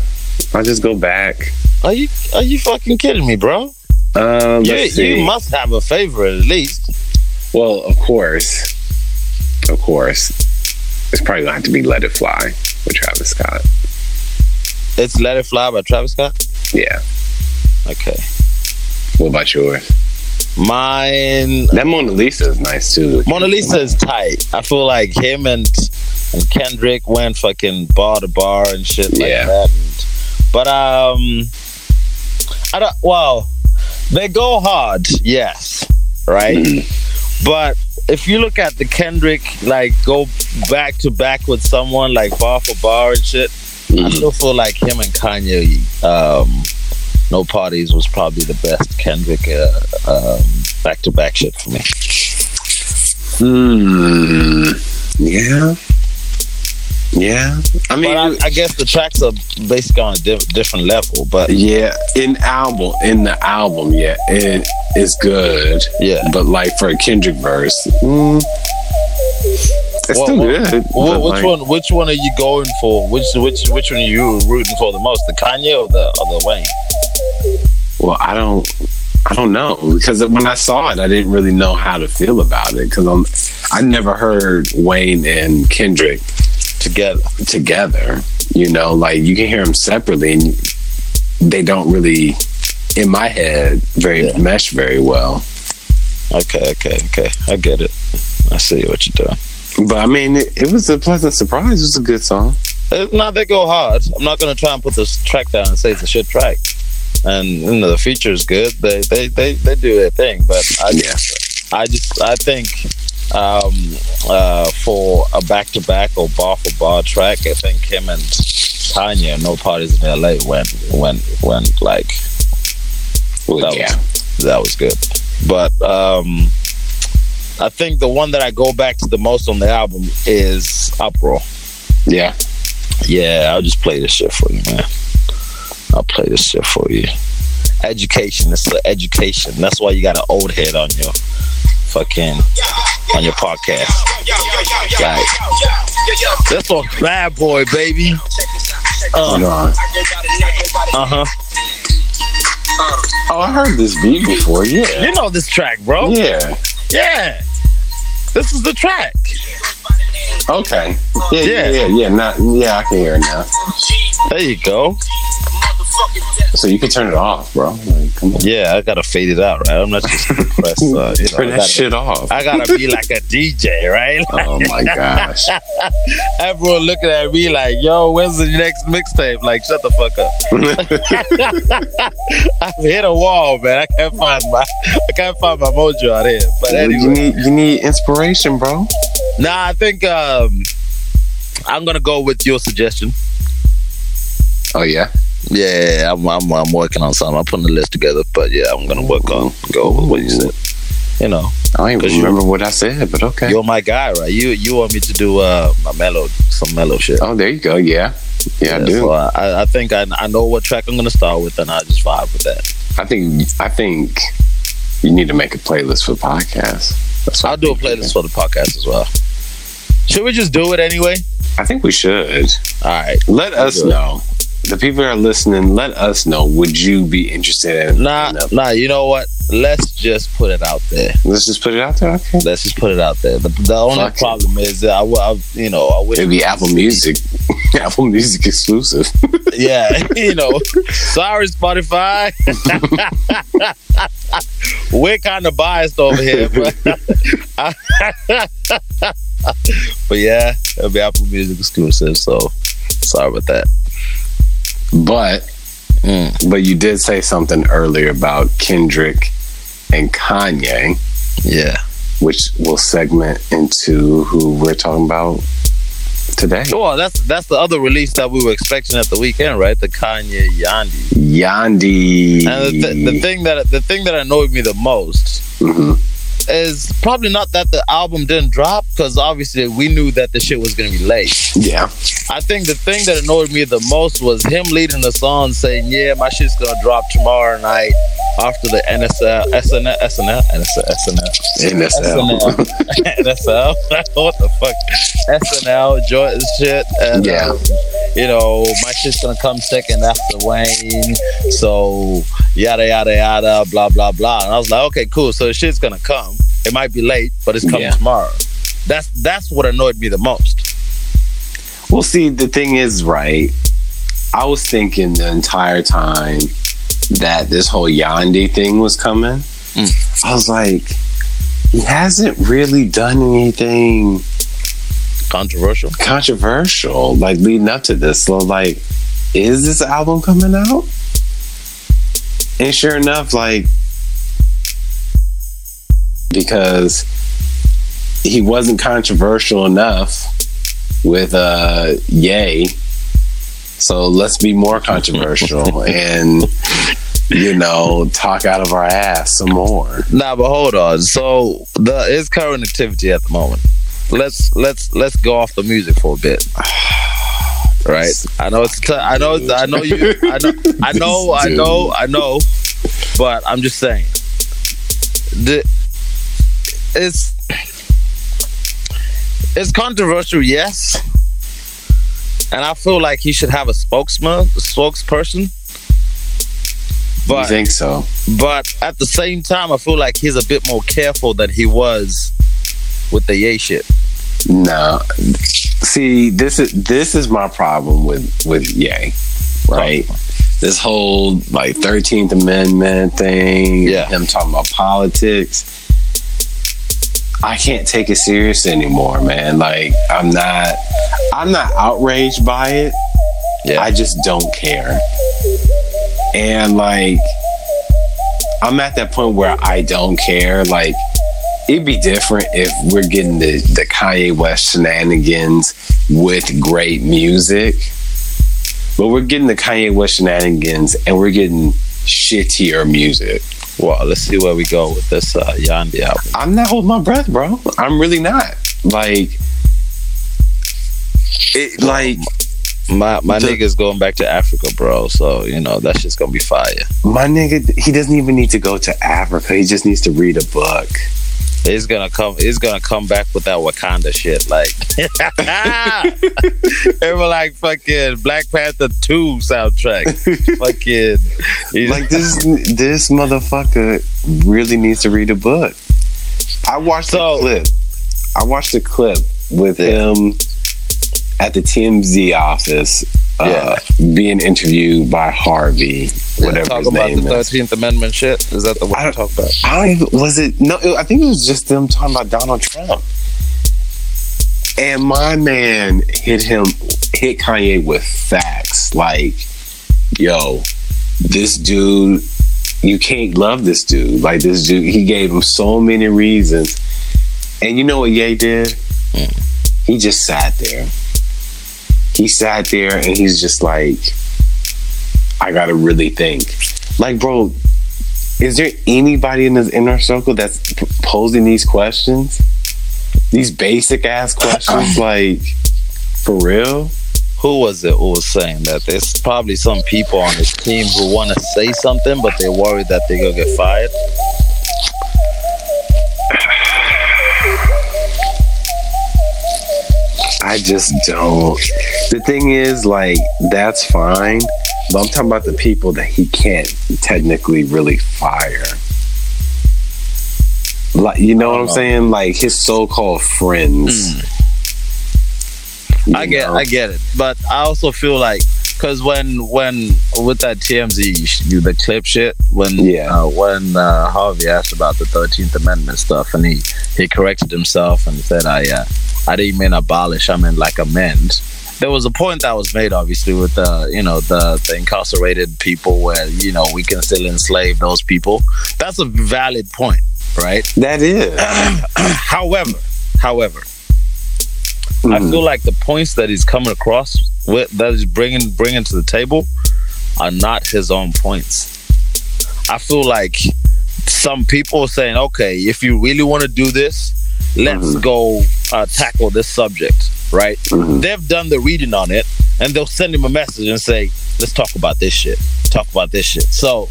B: I'll just go back.
A: Are you are you fucking kidding me, bro?
B: Um,
A: You,
B: let's see.
A: you must have a favorite at least.
B: well, of course. Of course. It's probably going to have to be Let It Fly with Travis Scott.
A: It's Let It Fly by Travis Scott.
B: Yeah.
A: Okay.
B: What about yours?
A: Mine
B: That Mona Lisa is nice too.
A: Mona Lisa is tight. I feel like him and and Kendrick went fucking bar to bar and shit like
B: Yeah.
A: that. And- but um I don't well, they go hard, yes. Right? But if you look at the Kendrick like go back to back with someone like bar for bar and shit, I
B: Mhm.
A: still feel like him and Kanye. Um, no parties was probably the best Kendrick uh, um, back to back shit for me.
B: Mm, yeah. Yeah. I mean,
A: But I, I guess the tracks are basically on a di- different level. But
B: Yeah, in album, in the album, yeah, it is good.
A: yeah,
B: But like for a Kendrick verse, mm, it's
A: What-
B: still
A: what-
B: good.
A: Wh-
B: but,
A: which
B: like,
A: one? Which one are you going for? Which which which one are you rooting for the most? The Kanye or the or the Wayne?
B: Well, I don't, I don't know because when I saw it, I didn't really know how to feel about it because I'm, I never heard Wayne and Kendrick
A: Together.
B: together. You know, like you can hear them separately, and they don't really, in my head, very
A: Yeah.
B: mesh very well.
A: Okay, okay, okay. I get it. I see what you're doing.
B: But I mean, it, it was a pleasant surprise. It was a good song.
A: It's not Uh, they go hard. I'm not gonna try and put this track down and say it's a shit track. And you know the feature is good. They they they, they do their thing, but I
B: Yeah.
A: I just I think um, uh, for a back to back or bar for bar track, I think him and Tanya, no parties in LA went went went like that
B: yeah.
A: was that was good. But um, I think the one that I go back to the most on the album is Uproar.
B: Yeah.
A: Yeah, I'll just play this shit for you, man. I'll play this shit for you. Education, it's the education. That's why you got an old head on your fucking on your podcast. Right. That's on Bad Boy, baby. Uh uh-huh. huh.
B: No. Oh, I heard this beat before. Yeah.
A: You know this track, bro.
B: Yeah.
A: Yeah. This is the track.
B: Okay. Yeah, yeah,
A: Yeah.
B: yeah, yeah. Not, yeah, I can hear it now.
A: There you go.
B: So you can turn it off, bro. Like, come on.
A: Uh, Yeah, I gotta fade it out, right? I'm not just impressed. Uh, you know, I,
B: turn that
A: gotta,
B: shit off.
A: I gotta be like a DJ, right?
B: oh my gosh.
A: Everyone looking at me like, yo, when's the next mixtape? Like, shut the fuck up. I've hit a wall, man. I can't find my I can't find my mojo out here. But
B: you
A: anyway.
B: need you need inspiration, bro.
A: Nah, I think um I'm gonna go with your suggestion.
B: Oh yeah.
A: Yeah, I'm, I'm I'm working on something. I'm putting the list together, but yeah, I'm gonna work on go with what you said. You know,
B: I don't
A: 'Cause
B: even
A: you-
B: remember what I said, but okay.
A: you're my guy, right? You you want me to do uh my mellow some mellow shit.
B: Oh, there you go. Yeah. Yeah, I
A: Yeah,
B: do.
A: so I, I- I think I, I know what track I'm gonna start with, and I just vibe with that.
B: I think I think you need to make a playlist for podcasts. That's what
A: I'll
B: I
A: do a
B: think.
A: playlist for the podcast as well. Should we just do it anyway?
B: I think we should.
A: All right.
B: Let us
A: do it.
B: know. The people that are listening, let us know. Would you be interested in?
A: Nah,
B: in a-
A: nah. You know what? Let's just put it out there.
B: Let's just put it out there. Okay.
A: Let's just put it out there. The, the only
B: Fuck it.
A: problem is that I, w- I- you know, I wish.
B: Maybe Apple Music, Apple Music exclusive.
A: Yeah, you know. Sorry, Spotify. We're kind of biased over here, but but yeah, it'll be Apple Music exclusive. So sorry about that.
B: But
A: Mm.
B: but you did say something earlier about Kendrick and Kanye,
A: Yeah.
B: which will segment into who we're talking about today.
A: Well, that's that's the other release that we were expecting at the weekend, right? The Kanye Yandi.
B: Yandi.
A: And Uh, the, th- the thing that the thing that annoyed me the most
B: Mhm.
A: is probably not that the album didn't drop because obviously we knew that the shit was gonna be late.
B: Yeah.
A: I think the thing that annoyed me the most was him leading us on saying, "Yeah, my shit's gonna drop tomorrow night after the NSL, SNL, SNL, NSL, SNL,
B: NSL.
A: NSL, um, what the fuck, SNL, joint and shit, and,
B: Yeah.
A: um, you know, my shit's gonna come second after Wayne, so yada yada yada, blah blah blah." And I was like, "Okay, cool. So the shit's gonna come. It might be late, but it's coming
B: Yeah.
A: tomorrow." That's that's what annoyed me the most.
B: Well, see, the thing is, right? I was thinking the entire time that this whole Yandi thing was coming. I was like, he hasn't really done anything
A: Controversial.
B: controversial, like leading up to this. So, like, is this album coming out? And sure enough, like, because he wasn't controversial enough with uh Yay, so let's be more controversial and you know talk out of our ass some more.
A: Nah, but hold on. So the his current activity at the moment. Let's let's let's go off the music for a bit. Right. I know it's. T- I know. It's, I know you. I know. I know. I know. I know. But I'm just saying. The, it's it's controversial, yes. And I feel like he should have a spokesman, spokesperson.
B: I
A: But
B: think so.
A: but at the same time, I feel like he's a bit more careful than he was with the yay shit.
B: No. See, this is this is my problem with with Ye, right? This whole like Thirteenth Amendment thing,
A: Yeah.
B: him talking about politics. I can't take it serious anymore, man. Like I'm not, I'm not outraged by it.
A: Yeah.
B: I just don't care. And like, I'm at that point where I don't care. Like, it'd be different if we're getting the, the Kanye West shenanigans with great music. But we're getting the Kanye West shenanigans and we're getting shittier music.
A: well, let's see where we go with this uh, Yandi album.
B: I'm not holding my breath, bro. I'm really not. Like, it, like,
A: My my
B: The-
A: nigga's going back to Africa, bro. So you know that's just gonna be fire.
B: My nigga, he doesn't even need to go to Africa. He just needs to read a book.
A: It's gonna come. It's gonna come back with that Wakanda shit. Like they were like fucking Black Panther two soundtrack. fucking you
B: Like this, this motherfucker really needs to read a book. I watched
A: So-
B: the clip. I watched the clip with him at the TMZ office, uh, being interviewed by Harvey, whatever
A: talk
B: his
A: about
B: name
A: the
B: is.
A: Thirteenth Amendment shit. Is that the one
B: I
A: you talk about?
B: I don't even, was it no? It, I think it was just them talking about Donald Trump. And my man hit him, hit Kanye with facts like, "Yo, this dude, you can't love this dude. Like this dude, he gave him so many reasons." And you know what Ye did? He just sat there. He sat there and he's just like, "I gotta really think." Like, bro, is there anybody in this inner circle that's p- posing these questions? These basic ass questions, like for real?
A: Who was it who was saying that? There's probably some people on his team who want to say something, but they're worried that they're gonna get fired.
B: I just don't. The thing is, like, that's fine, but I'm talking about the people that he can't technically really fire. Like, you know what
A: Oh.
B: I'm saying? Like his so-called friends.
A: Hmm. I get, I get it, but I also feel like because when when with that TMZ sh- the clip shit when
B: Yeah.
A: uh, when uh, Harvey asked about the Thirteenth Amendment stuff and he he corrected himself and said I uh, I didn't mean abolish I meant like amend. There was a point that was made obviously with the you know the the incarcerated people where you know we can still enslave those people. That's a valid point, right?
B: that is.
A: however, however, I
B: Mhm.
A: feel like the points that he's coming across with that he's bringing bringing to the table are not his own points. I feel like some people are saying, "Okay, if you really want to do this, let's
B: Mm-hmm.
A: go uh, tackle this subject." Right?
B: Mhm.
A: They've done the reading on it, and they'll send him a message and say, "Let's talk about this shit. Talk about this shit." So,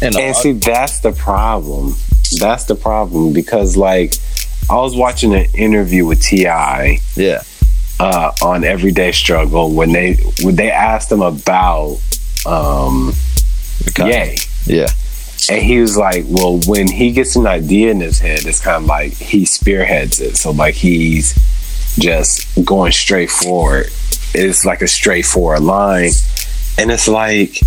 A: you know,
B: and
A: I-
B: see, that's the problem. That's the problem because, like, I was watching an interview with Ti
A: yeah,
B: uh, on Everyday Struggle when they when they asked him about um,
A: because-
B: Yay,
A: yeah,
B: and he was like, "Well, when he gets an idea in his head, it's kind of like he spearheads it. So like he's just going straight forward. It's like a straightforward line, and it's like,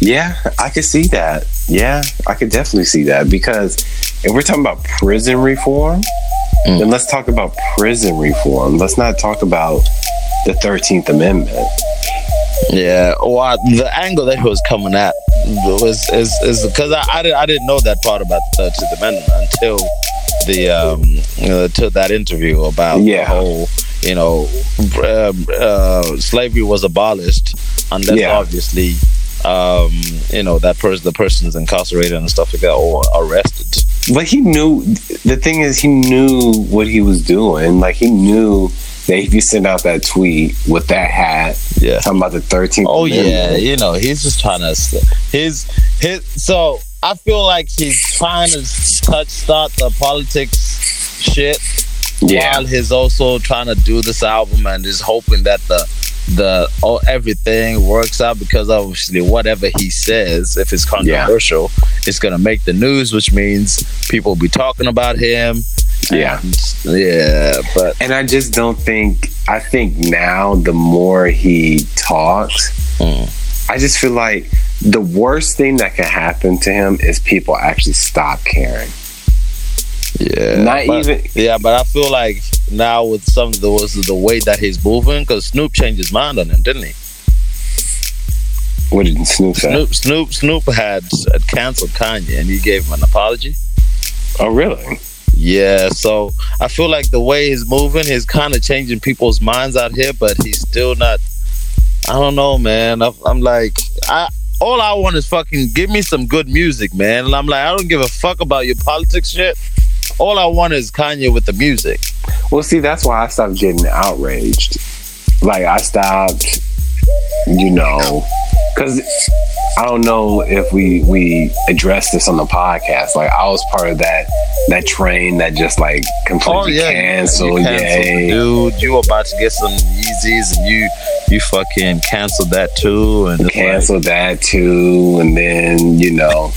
B: yeah, I could see that. Yeah, I could definitely see that because if we're talking about prison reform,
A: Mm.
B: then let's talk about prison reform. Let's not talk about the Thirteenth Amendment.
A: Yeah, well, the angle that he was coming at was is is because I, I didn't I didn't know that part about the Thirteenth Amendment until the um you know, until that interview about the
B: Yeah.
A: whole you know um, uh, slavery was abolished unless
B: Yeah.
A: obviously um you know that person the person's incarcerated and stuff like that or arrested.
B: But he knew the thing is he knew what he was doing. Like he knew that if you send out that tweet with that hat
A: Yeah.
B: talking about the thirteenth.
A: Oh yeah, you know he's just trying to. His his. So I feel like he's trying to touch start the politics shit
B: yeah,
A: while he's also trying to do this album and is hoping that the the all everything works out because obviously whatever he says, if it's controversial, it's gonna make the news, which means people will be talking about him.
B: yeah.
A: And, yeah, but
B: And I just don't think. I think now the more he talks,
A: Mm.
B: I just feel like the worst thing that can happen to him is people actually stop caring.
A: yeah,
B: Not
A: but-
B: even
A: Yeah, but I feel like now with some of the was the way that he's moving, because Snoop changed his mind on him, didn't he?
B: what did Snoop say?
A: Snoop, Snoop, Snoop had, had canceled Kanye, and he gave him an apology.
B: Oh really?
A: Yeah, so I feel like the way he's moving, he's kind of changing people's minds out here, but he's still not. I don't know, man. I'm, I'm like, I all I want is fucking give me some good music, man. And I'm like, I don't give a fuck about your politics shit. All I want is Kanye with the music.
B: Well, see, that's why I stopped getting outraged. Like I stopped, you know, because I don't know if we we addressed this on the podcast. Like I was part of that that train that just like completely
A: Oh yeah,
B: canceled.
A: you canceled the
B: Yeah,
A: dude. You about to get some Yeezys, and you you fucking canceled that too, and it's like,
B: canceled that too, and then you know.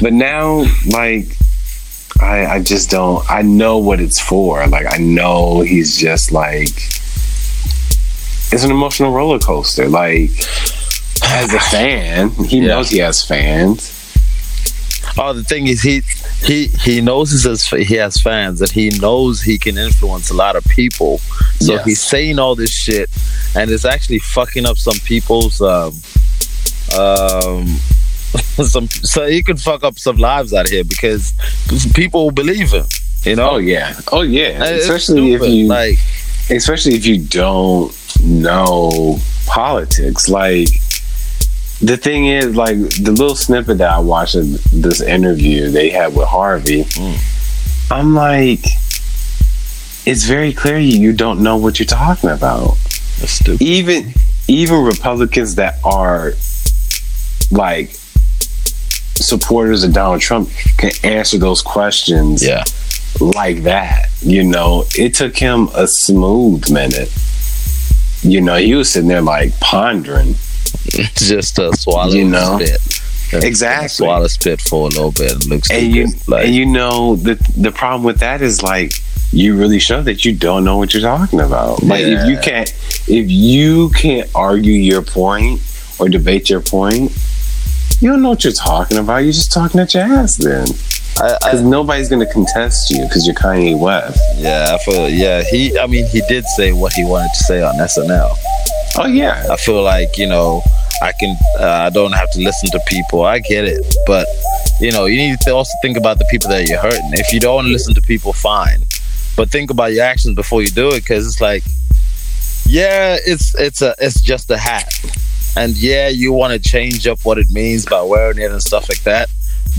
B: but now, like, I I just don't. I know what it's for. Like, I know he's just like it's an emotional roller coaster. Like, as a fan, he
A: Yeah.
B: knows he has fans.
A: Oh, the thing is, he he he knows he has, he has fans, and he knows he can influence a lot of people. So
B: Yes.
A: he's saying all this shit, and it's actually fucking up some people's um um some. So he could fuck up some lives out here because people believe him. You know,
B: Oh yeah. Oh yeah.
A: And it's
B: Especially if
A: stupid,
B: you
A: like.
B: especially if you don't know politics. Like the thing is, like the little snippet that I watched of this interview they had with Harvey, I'm like, it's very clear you you don't know what you're talking about.
A: That's stupid.
B: Even even Republicans that are like supporters of Donald Trump can answer those questions
A: Yeah.
B: like that. You know, it took him a smooth minute. You know, he was sitting there like pondering.
A: Just a swallow
B: You know?
A: spit. Just
B: Exactly.
A: Swallow spit for a little bit and looks
B: And you
A: like
B: and you know the the problem with that is like you really show that you don't know what you're talking about. Like if you
A: Yeah.
B: can't if you can't argue your point or debate your point, you don't know what you're talking about. You're just talking at your ass then.
A: I, I,
B: Because nobody's gonna contest you because you're Kanye West.
A: Yeah, I feel. Yeah, he. I mean, he did say what he wanted to say on SNL.
B: Oh yeah.
A: I feel like you know, I can. Uh, I don't have to listen to people. I get it, but you know, you need to also think about the people that you're hurting. If you don't listen to people, fine, but think about your actions before you do it, because it's like, yeah, it's it's a it's just a hat, and yeah, you want to change up what it means by wearing it and stuff like that,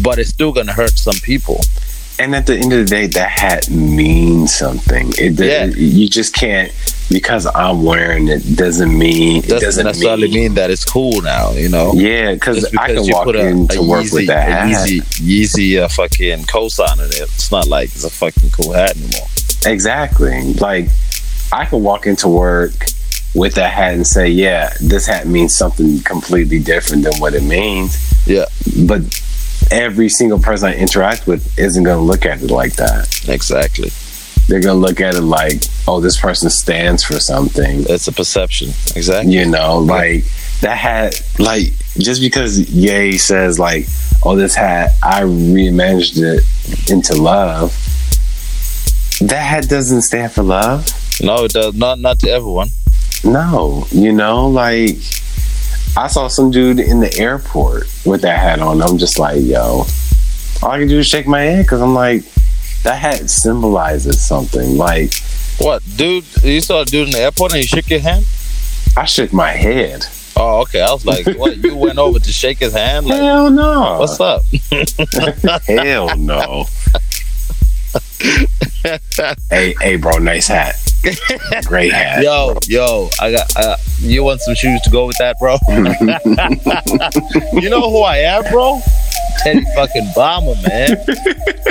A: but it's still gonna hurt some people.
B: and at the end of the day, that hat means something. It,
A: Yeah.
B: you just can't because I'm wearing it doesn't mean it
A: Doesn't,
B: doesn't
A: necessarily mean, that it's cool now, you know.
B: Yeah,
A: Just
B: because I
A: because
B: can
A: you
B: walk
A: put a,
B: into
A: a
B: work
A: Yeezy,
B: with that hat.
A: a Yeezy, Yeezy uh, fucking cosign on it. It's not like it's a fucking cool hat anymore.
B: Exactly. Like I can walk into work with that hat and say, "Yeah, this hat means something completely different than what it means."
A: Yeah.
B: But every single person I interact with isn't going to look at it like that.
A: Exactly.
B: They're going to look at it like, "Oh, this person stands for something."
A: It's a perception. Exactly.
B: you know like that hat like just because Ye says like oh this hat i reimagined it into love that hat doesn't stand for love
A: No, it does not. Not to everyone.
B: no you know like i saw some dude in the airport with that hat on i'm just like yo all i can do is shake my head because i'm like that hat symbolizes something like
A: What, dude? You saw a dude in the airport and you shook your hand?
B: i shook my head
A: Oh, okay. I was like, what? You went over to shake his hand? Like,
B: hell no
A: what's up?
B: Hell no. hey, hey, bro, nice hat. Great hat.
A: Yo, yo, I got. Uh, you want some shoes to go with that, bro? you know who I am, bro? Teddy fucking Bomber, man.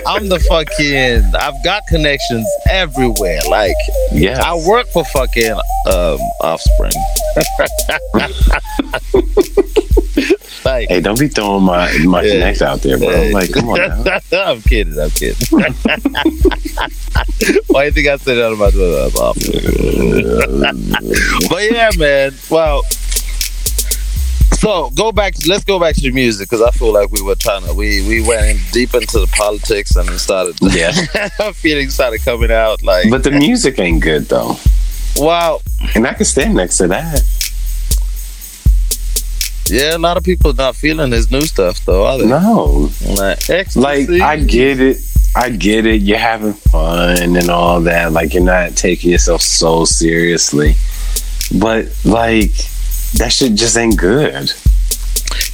A: I'm the fucking. I've got connections everywhere. Like I
B: Yeah.
A: work for fucking um, Offspring. like
B: Hey, don't be throwing my my
A: Yeah.
B: connect out there, bro.
A: Yeah.
B: Like, come on now.
A: I'm kidding. I'm kidding. Why do you think I said that about the other officer? but yeah, man. Well, so go back. Let's go back to the music because I feel like we were trying to. We we went in deep into the politics and it started.
B: Yeah.
A: feelings started coming out. Like,
B: But the music ain't good though,
A: wow.
B: and I can stand next to that.
A: Yeah, a lot of people not feeling his new stuff though. Are they?
B: No,
A: Like, ecstasy.
B: like I get it. I get it. You're having fun and all that. Like you're not taking yourself so seriously, but like that shit just ain't good.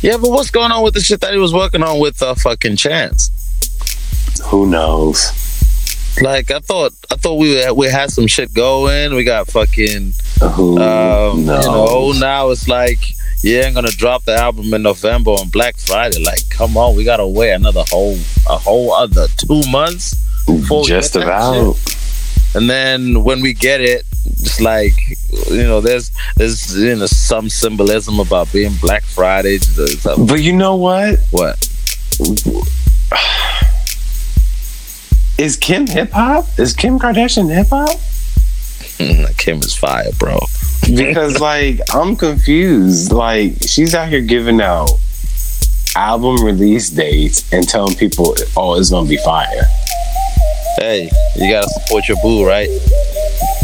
A: yeah, but what's going on with the shit that he was working on with uh, fucking Chance?
B: Who knows?
A: Like I thought, I thought we had, we had some shit going. We got fucking, um,
B: Who knows?
A: you know. Now it's like, yeah, I'm gonna drop the album in November on Black Friday. Like, come on, we gotta wait another whole a whole other two months before we
B: just
A: get that
B: about.
A: and then when we get it it's like you know there's there's you know some symbolism about being black friday there's some-
B: But you know what?
A: what
B: Is Kim hip hop? Is Kim Kardashian hip hop?
A: Mm, kim is fire bro
B: Because like I'm confused. Like she's out here giving out album release dates and telling people, "Oh, it's gonna be fire."
A: hey you gotta support your boo right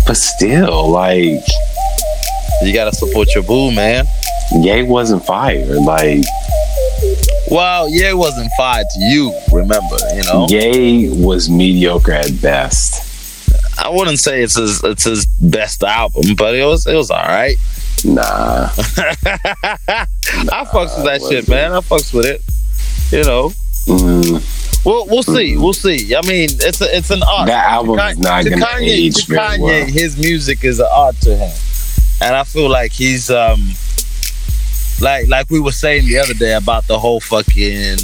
B: But still, like,
A: you gotta support your boo man
B: Ye wasn't fire. Like,
A: well yeah it wasn't fire to you remember you know
B: Oh. Ye was mediocre at best.
A: i wouldn't say it's his it's his best album but it was it was all right
B: Nah,
A: I fucks with that
B: it
A: shit, man. I fucks with it. You know,
B: Mm,
A: we'll we'll see. We'll see. I mean, it's a, it's an art.
B: that album
A: Kan-
B: is not
A: to
B: gonna
A: Kanye, to
B: age very
A: Kanye,
B: well.
A: his music is an art to him, and I feel like he's um, like like we were saying the other day about the whole fucking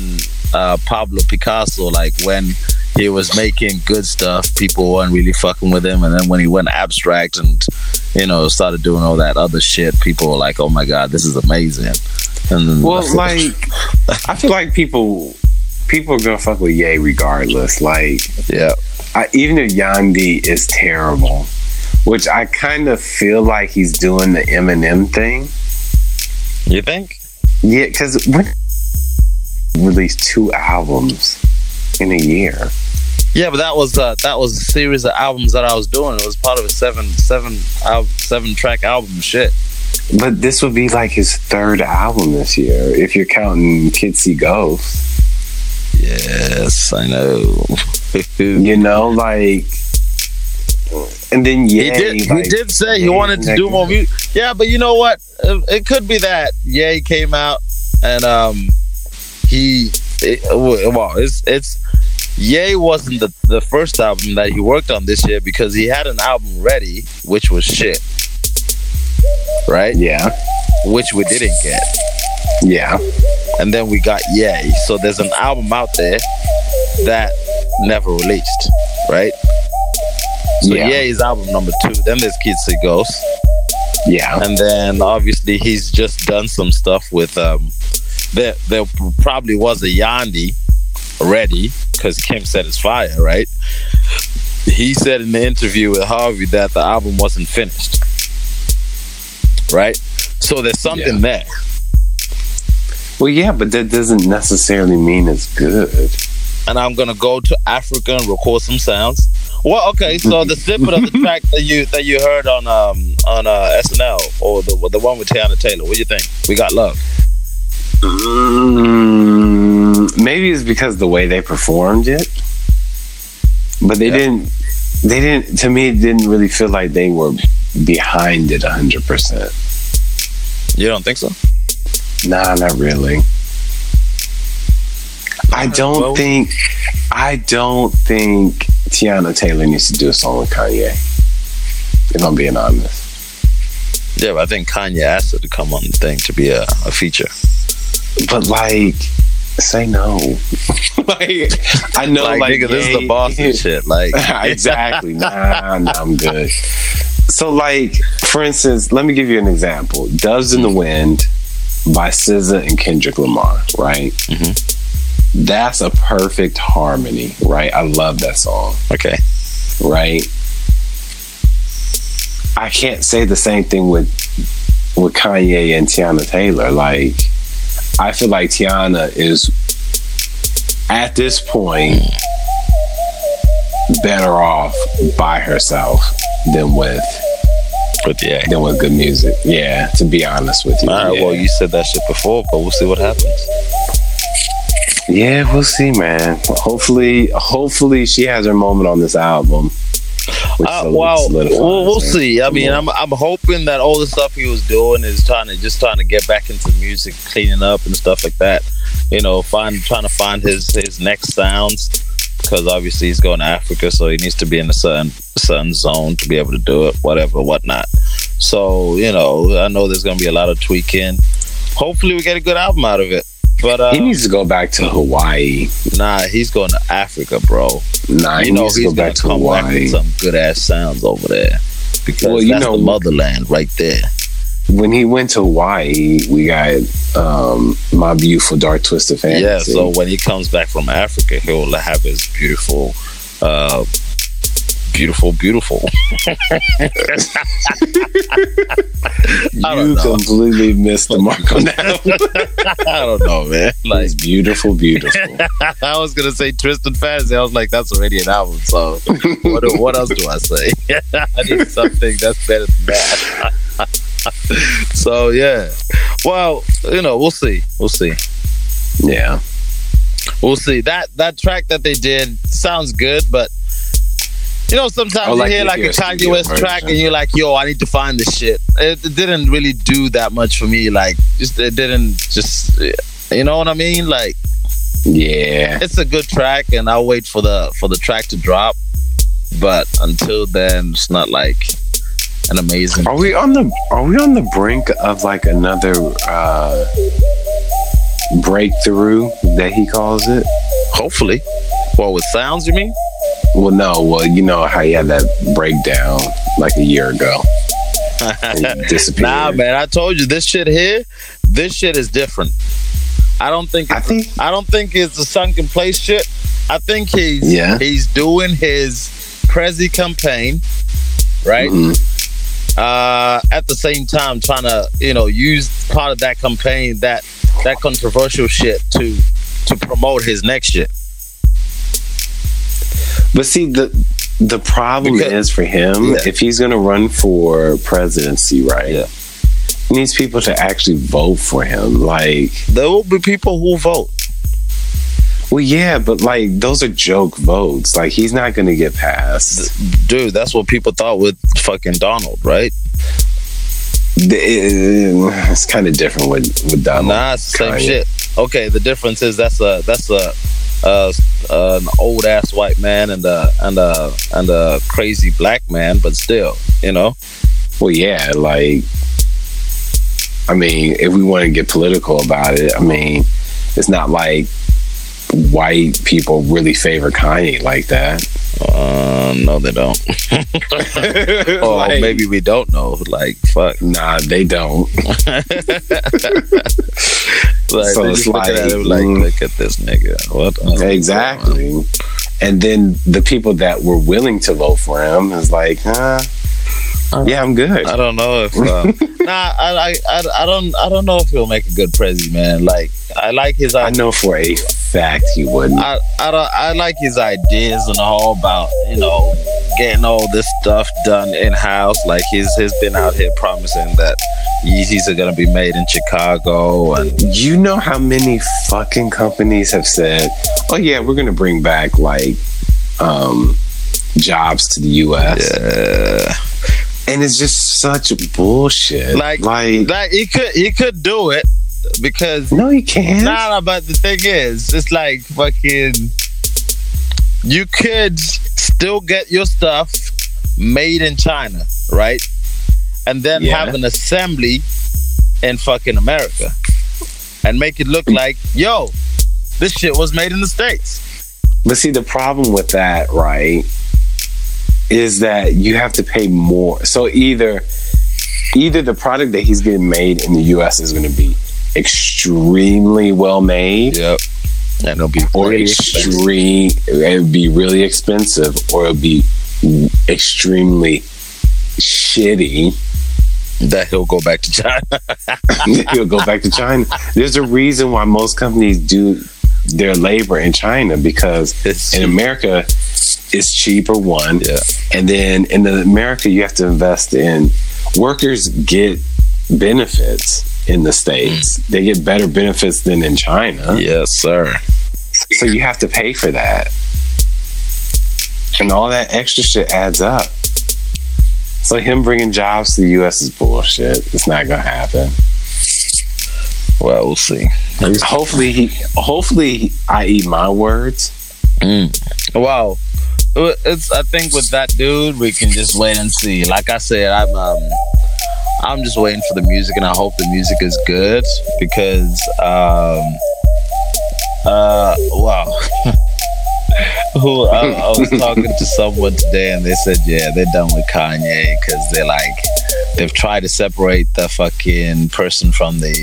A: uh, Pablo Picasso, like when he was making good stuff, people weren't really fucking with him, and then when he went abstract and you know started doing all that other shit, people were like, "Oh my god, this is amazing." And then
B: Well, like, I feel like people people are gonna fuck with Ye regardless. Like,
A: yeah,
B: I, even if Yandi is terrible, which I kind of feel like he's doing the Eminem thing.
A: you think?
B: Yeah, because when released two albums in a year.
A: Yeah, but that was uh, that was a series of albums that I was doing. It was part of a seven seven al- seven track album. Shit.
B: But this would be like his third album this year, if you're counting Kids See Ghosts.
A: Yes, I know. he
B: You know, like, and then yeah,
A: did. he did say he wanted to do more music. Yeah, but you know what? It, it could be that. Yeah, he came out and um, he it, well, it's it's. Ye wasn't the, the first album that he worked on this year because he had an album ready, which was shit. Right?
B: Yeah,
A: Which we didn't get.
B: yeah,
A: and then we got Yay. So there's an album out there that never released, right? So
B: Yeah.
A: Yay's album number two. Then there's Kids to Ghost,
B: yeah.
A: and then obviously he's just done some stuff with um. There, there probably was a Yandi already because Kim said it's fire, right? He said in the interview with Harvey that the album wasn't finished, right? So there's something there.
B: Well, yeah, but that doesn't necessarily mean it's good.
A: and I'm gonna go to Africa and record some sounds. Well, okay, so the snippet of the track that you that you heard on um on uh, SNL or the the one with Tiana Taylor, what do you think? We got love.
B: Mm, maybe it's because the way they performed it, but they
A: Yeah.
B: didn't. They didn't. To me, it didn't really feel like they were behind it hundred percent.
A: You don't think so?
B: Nah, not really. I don't
A: Uh, Well-
B: think. I don't think Tiana Taylor needs to do a song with Kanye. If I'm being honest,
A: Yeah, but I think Kanye asked her to come on the thing to be a, a feature.
B: but like, say no. like, I know,
A: like,
B: like,
A: nigga, this is the
B: Ye-
A: boss and shit. Like
B: exactly. Nah, nah, I'm good. So, like, for instance, let me give you an example Doves in the Wind by SZA and Kendrick Lamar, right? That's a perfect harmony, right? I love that song,
A: Okay.
B: right? I can't say the same thing with with Kanye and Tiana Taylor. Like, I feel like Tiana is at this point better off by herself than with
A: But yeah.
B: than with good music. Yeah, to be honest with you.
A: Alright,
B: yeah.
A: well you said that shit before, but we'll see what happens.
B: yeah, we'll see, man. Hopefully, hopefully she has her moment on this album. which
A: Uh,
B: sol-
A: well,
B: solidifies
A: we'll, we'll
B: her.
A: see. I mean, I'm I'm hoping that all the stuff he was doing is trying to just trying to get back into music, cleaning up and stuff like that. You know, find trying to find his his next sounds because obviously he's going to Africa, so he needs to be in a certain certain zone to be able to do it, whatever, whatnot. So you know, I know there's going to be a lot of tweaking. Hopefully, we get a good album out of it. But uh,
B: he needs to go back to Hawaii.
A: nah, he's going to Africa, bro.
B: Nah, he
A: you know
B: needs to
A: he's
B: go
A: going
B: back
A: to
B: to
A: come back
B: Hawaii.
A: with some good ass sounds over there because
B: Well, you
A: that's
B: know-
A: the motherland right there.
B: When he went to Hawaii, we got um, my beautiful dark twisted fantasy.
A: Yeah, so when he comes back from Africa, he'll have his beautiful, uh, beautiful, beautiful. I don't
B: you
A: know.
B: completely missed the mark on that.
A: I don't know, man. Like
B: It's beautiful, beautiful.
A: I was gonna say Tristan Fantasy. I was like, that's already an album. So what, do- what else do I say? I need something that's better than that. so yeah. Well, you know, we'll see. We'll see.
B: yeah,
A: We'll see. That that track that they did sounds good, but you know, sometimes
B: Oh,
A: you
B: like
A: hear
B: the
A: like a
B: PS
A: Kanye
B: studio
A: West
B: version.
A: track and you're like, "Yo, I need to find this shit." It, it didn't really do that much for me. Like, just it didn't just. You know what I mean? Like,
B: yeah.
A: it's a good track, and I'll wait for the for the track to drop. But until then, it's not like an amazing.
B: Are we on the Are we on the brink of like another uh, breakthrough that he calls it?
A: Hopefully, well, with sounds, you mean?
B: Well, no. Well, you know how he had that breakdown like a year ago. It disappeared.
A: Nah, man. I told you this shit here. This shit is different. I don't think.
B: I think
A: I don't think it's the sunken place shit. I think he's
B: Yeah.
A: he's doing his Prezi campaign, right?
B: Mhm.
A: Uh, at the same time, trying to you know use part of that campaign that that controversial shit to to promote his next shit.
B: But see the the problem
A: Because-
B: is for him
A: Yeah.
B: if he's going to run for presidency, right?
A: Yeah.
B: He needs people to actually vote for him. Like,
A: There will be people who vote.
B: well, yeah, but like those are joke votes. Like he's not going to get passed.
A: Dude, that's what people thought with fucking Donald, right?
B: The- it- It's kind of different with with Donald.
A: Nah, it's the same
B: Kanye.
A: shit. Okay, the difference is that's a that's a uh, an old ass white man and a and a and a crazy black man, but still, you know.
B: Well, yeah, like, I mean, if we want to get political about it, I mean, it's not like white people really favor Kanye like that.
A: Uh, no, they don't. or
B: Like-
A: maybe we don't know. Like fuck.
B: Oh, Nah, they don't.
A: Like,
B: So
A: they
B: it's
A: just look at
B: like,
A: him like,
B: mm.
A: look at this nigga. What? the-
B: Exactly. And then the people that were willing to vote for him is like, huh?
A: Uh-huh.
B: Yeah, I'm good.
A: I don't know if uh, nah. I, I I I don't I don't know if he'll make a good prezi man. Like I like his
B: I
A: idea.
B: know for a fact he wouldn't.
A: I I, don't, I like his ideas and all about you know getting all this stuff done in house. Like he's he's been out here promising that Yeezys are gonna be made in Chicago and
B: You know how many fucking companies have said, "Oh yeah, we're gonna bring back like um, jobs to the U.S." And it's just such bullshit.
A: Like-
B: like
A: like he could he could do it because
B: no, you can't.
A: nah, nah but the thing is it's like fucking you could still get your stuff made in China right and then
B: Yeah.
A: have an assembly in fucking America and make it look like yo this shit was made in the states
B: But see, the problem with that, right, is that you have to pay more. So either, either the product that he's getting made in the U.S. is going to be extremely well made,
A: yep and it'll be
B: or
A: very expensive.
B: extreme, it would be really expensive, or it'll be extremely shitty.
A: that he'll go back to China
B: He'll go back to China. There's a reason why most companies do their labor in China because
A: It's-
B: in America it's cheaper one.
A: Yeah.
B: And then in the America you have to invest in workers get benefits in the States.
A: Mm.
B: They get better benefits than in China.
A: yes sir
B: So you have to pay for that. And all that extra shit adds up. So him bringing jobs to the U.S. is bullshit. It's not gonna happen.
A: well we'll see
B: Hopefully, he, hopefully, I eat my words.
A: Wow. Uh, It's I think with that dude we can just wait and see. Like I said, I'm um I'm just waiting for the music and I hope the music is good because um Uh, wow. Who I, I was talking to someone today, and they said, yeah, they're done with Kanye because they're like, they've tried to separate the fucking person from the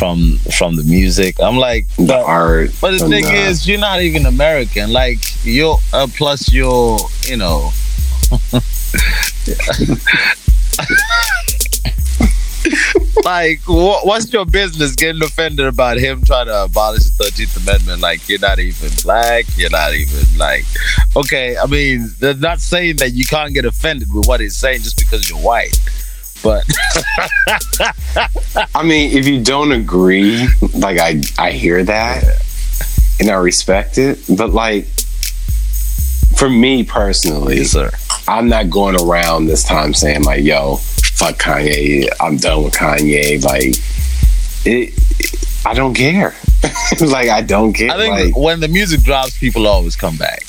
A: from from the music. I'm like,
B: the art.
A: but the
B: and
A: thing is, you're not even American. Like you're uh, plus you're you know. like wha what's your business getting offended about him trying to abolish the 13th amendment like you're not even black you're not even like okay i mean they're not saying that you can't get offended with what he's saying just because you're white but
B: I mean, if you don't agree, like I, I hear that, and I respect it. But like, for me personally,
A: sir
B: I'm not going around this time saying like, "Yo, fuck Kanye. I'm done with Kanye." Like, it. I don't care. like, I don't care.
A: i think
B: like,
A: when the music drops people always come back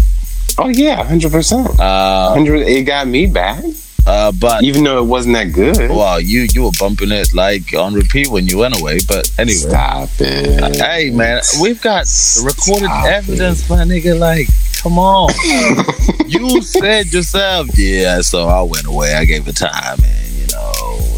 B: oh yeah, hundred percent.
A: uh,
B: Hundred. It got me back,
A: uh, but
B: even though it wasn't that good.
A: Well, you you were bumping it like on repeat when you went away. But anyway,
B: Stop it.
A: hey man, we've got recorded
B: Stop
A: evidence, my nigga. Like, come on, you said yourself, yeah. So I went away. I gave it time, and you know,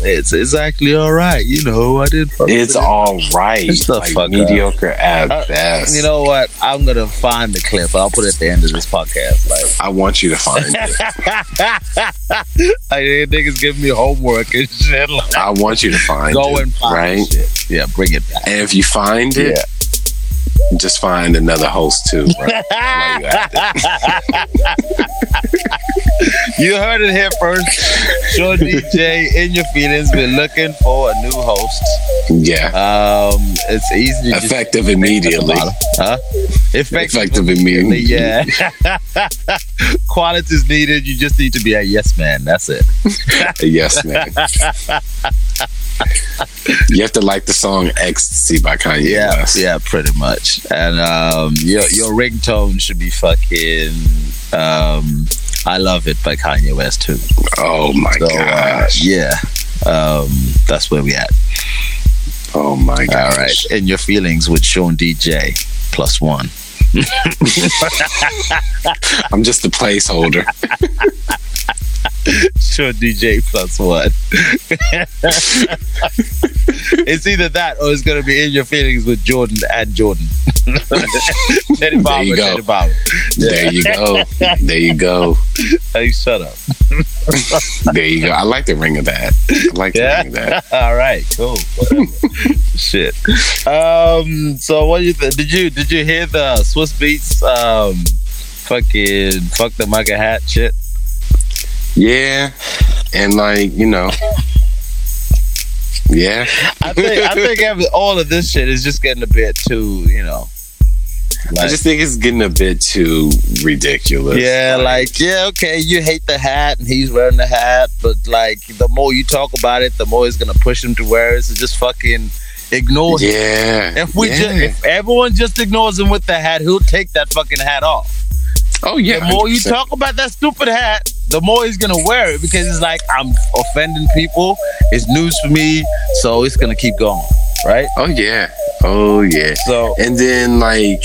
A: it's it's actually all right. You know, I did. fuck
B: It's
A: with it.
B: all right.
A: It's the
B: like,
A: fuck up.
B: mediocre at
A: Uh,
B: best.
A: You know what? I'm gonna find the clip. I'll put it at the end of this podcast. Like,
B: I want you to find it.
A: like niggas give me homework and shit. Like,
B: I want you to find
A: go
B: it.
A: and find
B: right?
A: shit. Yeah, bring it back.
B: And if you find it, just find another host too. Right? While you're at it.
A: You heard it here first. Short DJ in your feelings. We're looking for a new host.
B: yeah.
A: Um, it's easy to just
B: Effective immediately.
A: huh? Effective.
B: Effective immediately.
A: Yeah. Quality is needed. You just need to be a yes man. That's it.
B: Yes, man. you have to like the song "Ecstasy" by Kanye
A: Yeah.
B: West.
A: Yeah. Pretty much. And um, your your ringtone should be fucking. Um, I love it by Kanye West too.
B: Oh my
A: So uh,
B: gosh.
A: yeah, um, that's where we at.
B: Oh my
A: All
B: gosh.
A: right, and your feelings with Sean DJ plus one.
B: I'm just a placeholder.
A: Sean DJ plus one. it's either that or it's gonna be in your feelings with Jordan and Jordan. Teddy Bauer,
B: you go.
A: Teddy Bauer.
B: There you go. There you go.
A: Hey, shut up.
B: There you go. I like the ring of that. I like
A: Yeah.
B: the ring of that.
A: All right, cool. Whatever. Shit. Um. So what you th- did you did you hear the Swiss Beats um fucking fuck the mugger hat shit?
B: Yeah. And like, you know. Yeah.
A: I think I think every, all of this shit is just getting a bit too, you know.
B: I
A: Like,
B: just think it's getting a bit too ridiculous.
A: yeah, like yeah, okay, you hate the hat and he's wearing the hat, but like the more you talk about it, the more it's gonna push him to wear it. So just fucking ignore him.
B: Yeah.
A: If we
B: yeah.
A: just if everyone just ignores him with the hat, he'll take that fucking hat off.
B: oh yeah,
A: The more you
B: 100%.
A: talk about that stupid hat, the more he's gonna wear it because it's like I'm offending people. It's news for me, so it's gonna keep going, right?
B: Oh yeah. Oh yeah.
A: So
B: And then like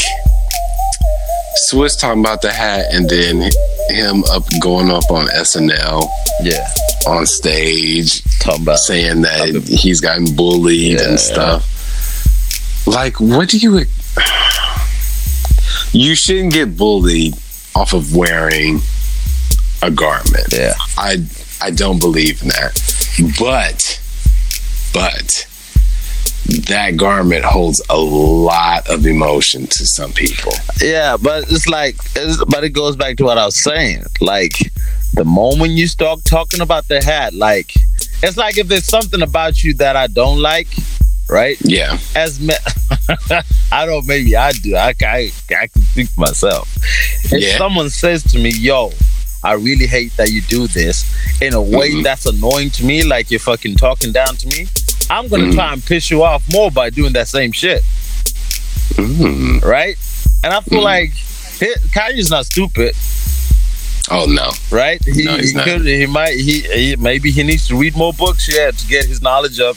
B: Swiss talking about the hat and then him up going up on SNL
A: yeah,
B: on stage
A: talking about
B: saying that he's gotten bullied
A: Yeah.
B: and stuff. Like, what do you? You shouldn't get bullied off of wearing a garment.
A: yeah.
B: I I don't believe in that. But but that garment holds a lot of emotion to some people.
A: Yeah, but it's like, it's, but it goes back to what I was saying. Like, the moment you start talking about the hat, like, it's like if there's something about you that I don't like, right?
B: Yeah.
A: As me- I don't, maybe I do. I, I, I can speak for myself. If
B: Yeah.
A: someone says to me, yo, I really hate that you do this in a way
B: Mhm.
A: that's annoying to me, like you're fucking talking down to me, I'm going to
B: Mhm.
A: try and piss you off more by doing that same shit
B: Mm.
A: right? And I feel
B: Mhm.
A: like he, Kanye's not stupid,
B: Oh no.
A: right? He,
B: No, he's
A: he
B: not.
A: could, he might, he, he maybe he needs to read more books, yeah, to get his knowledge up.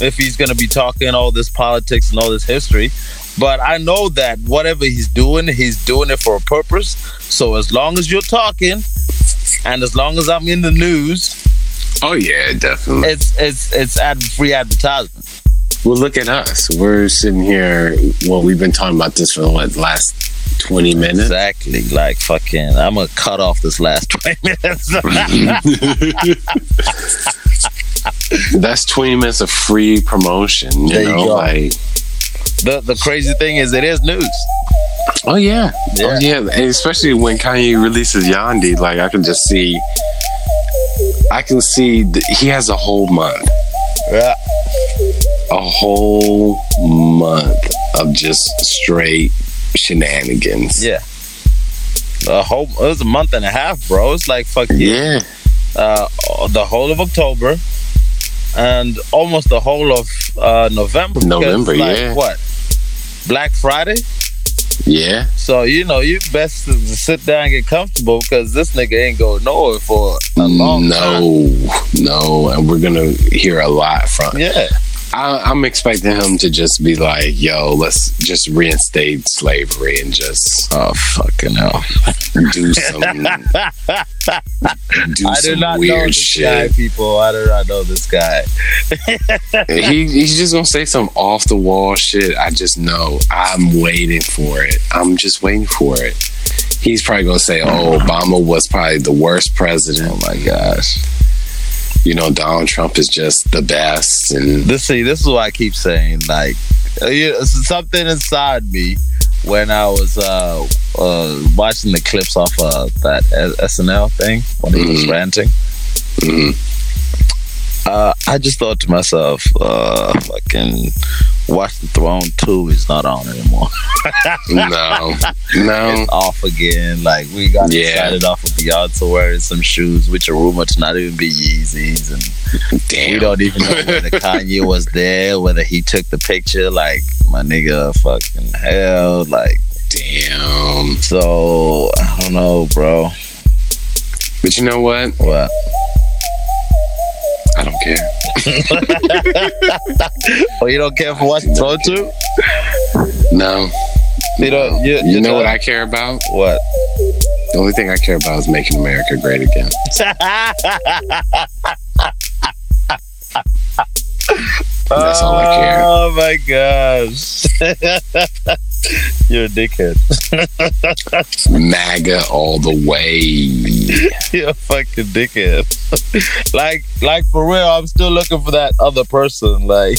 A: If he's gonna be talking all this politics and all this history, But I know that whatever he's doing, he's doing it for a purpose. So as long as you're talking, and as long as I'm in the news,
B: Oh yeah, definitely.
A: it's it's it's ad- free advertisement.
B: Well, look at us. We're sitting here. Well, we've been talking about this for what last twenty minutes.
A: Exactly. Like fucking, I'm gonna cut off this last twenty minutes.
B: That's twenty minutes of free promotion. You
A: There you
B: know,
A: go.
B: like
A: the the crazy thing is, it is news.
B: oh yeah,
A: Yeah.
B: oh yeah. And especially when Kanye releases Yandi, like I can just see. I can see th- he has a whole month,
A: Yeah.
B: a whole month of just straight shenanigans.
A: Yeah. A whole it was a month and a half, bro. It's like fucking
B: yeah.
A: uh, the whole of October and almost the whole of uh, November. because,
B: November,
A: like,
B: yeah.
A: What? Black Friday.
B: yeah.
A: So you know you best to sit down and get comfortable because this nigga ain't going nowhere for a long time.
B: no, no, and we're gonna hear a lot from.
A: Yeah,
B: I, I'm expecting him to just be like, "Yo, let's just reinstate slavery and just
A: Oh fucking hell!
B: do some do
A: I do
B: some
A: not know
B: weird
A: this guy,
B: shit."
A: people. I do not know this guy.
B: He he's just gonna say some off the wall shit. I just know. I'm waiting for it. I'm just waiting for it. He's probably gonna say, "Oh, Obama was probably the worst president." Oh my gosh. You know, Donald Trump is just the best, and
A: This see, this is what I keep saying. Like uh, you- something inside me when I was uh, uh, watching the clips off uh, that S- SNL thing when he was
B: Mhm.
A: ranting.
B: mm,
A: Uh, I just thought to myself, uh, fucking Watch the Throne 2 is not on anymore.
B: no, no.
A: It's off again. Like, we got
B: Mm. Yeah.
A: excited off of Beyonce wearing some shoes, which are rumored to not even be Yeezys. And we
B: Damn.
A: don't even know whether Kanye was there, whether he took the picture. Like, my nigga, fucking hell. Like,
B: Damn.
A: so, I don't know, bro.
B: But you know what?
A: What?
B: I don't care.
A: Oh, you don't care for Watch the Throne 2?
B: No.
A: You don't, you,
B: You,
A: you
B: know what
A: don't-
B: I care about?
A: What?
B: The only thing I care about is making America great again. That's all I care.
A: Oh my gosh. You're a dickhead.
B: MAGA all the way.
A: You're a fucking dickhead. like like for real, I'm still looking for that other person. Like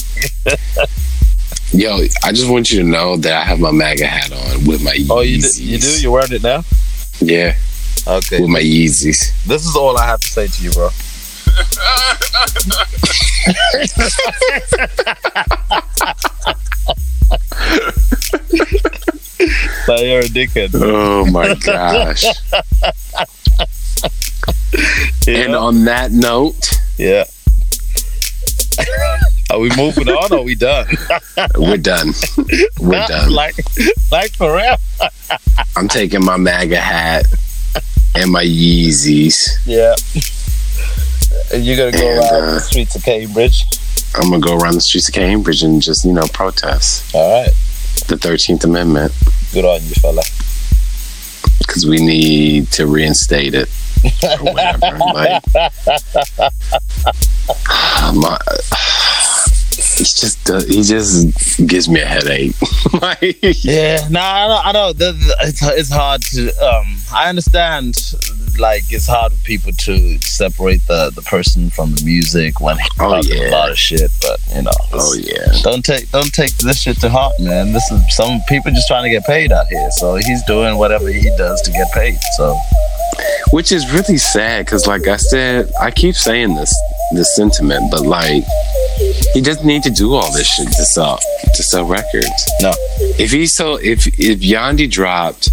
B: Yo, I just want you to know that I have my MAGA hat on with my Yeezys.
A: Oh you do, you do? You're wearing it now?
B: yeah,
A: Okay.
B: with my Yeezys.
A: This is all I have to say to you, bro. like you're a dickhead.
B: Oh my gosh.
A: You
B: and uh,
A: know?
B: on that note,
A: Yeah. Are we moving on or are we done?
B: we're done. We're done.
A: like like for real.
B: I'm taking my MAGA hat and my Yeezys.
A: Yeah. And you're gonna go
B: And,
A: out
B: uh,
A: the streets of Cambridge.
B: I'm gonna go around the streets of Cambridge and just, you know, protest
A: All right.
B: the Thirteenth Amendment
A: Good on you, fella.
B: because we need to reinstate it or whatever. like, my, it's just uh, he just gives me a headache. like,
A: Yeah. No, I know. I know. The- the- It's it's hard to. Um, I understand. Like it's hard for people to separate the the person from the music when he
B: Oh,
A: talks a
B: yeah.
A: lot of shit. But you know.
B: oh
A: it's-
B: yeah,
A: Don't take don't take this shit to heart, man. This is some people just trying to get paid out here. So he's doing whatever he does to get paid. So
B: which is really sad because, like I said, I keep saying this this sentiment, but like he doesn't need to do all this shit to sell to sell records.
A: no.
B: If he so if if Yandi dropped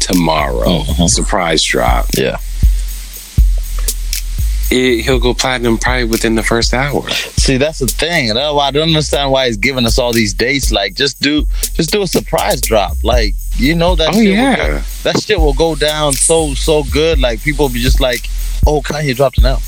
B: tomorrow,
A: Mhm.
B: surprise drop,
A: Yeah.
B: it, he'll go platinum probably within the first hour.
A: See, that's the thing. and that's why I don't understand why he's giving us all these dates. Like, just do, just do a surprise drop. Like, you know that.
B: oh
A: shit
B: yeah,
A: Will go, that shit will go down so so good. Like, people be just like, "Oh, Kanye dropped an album."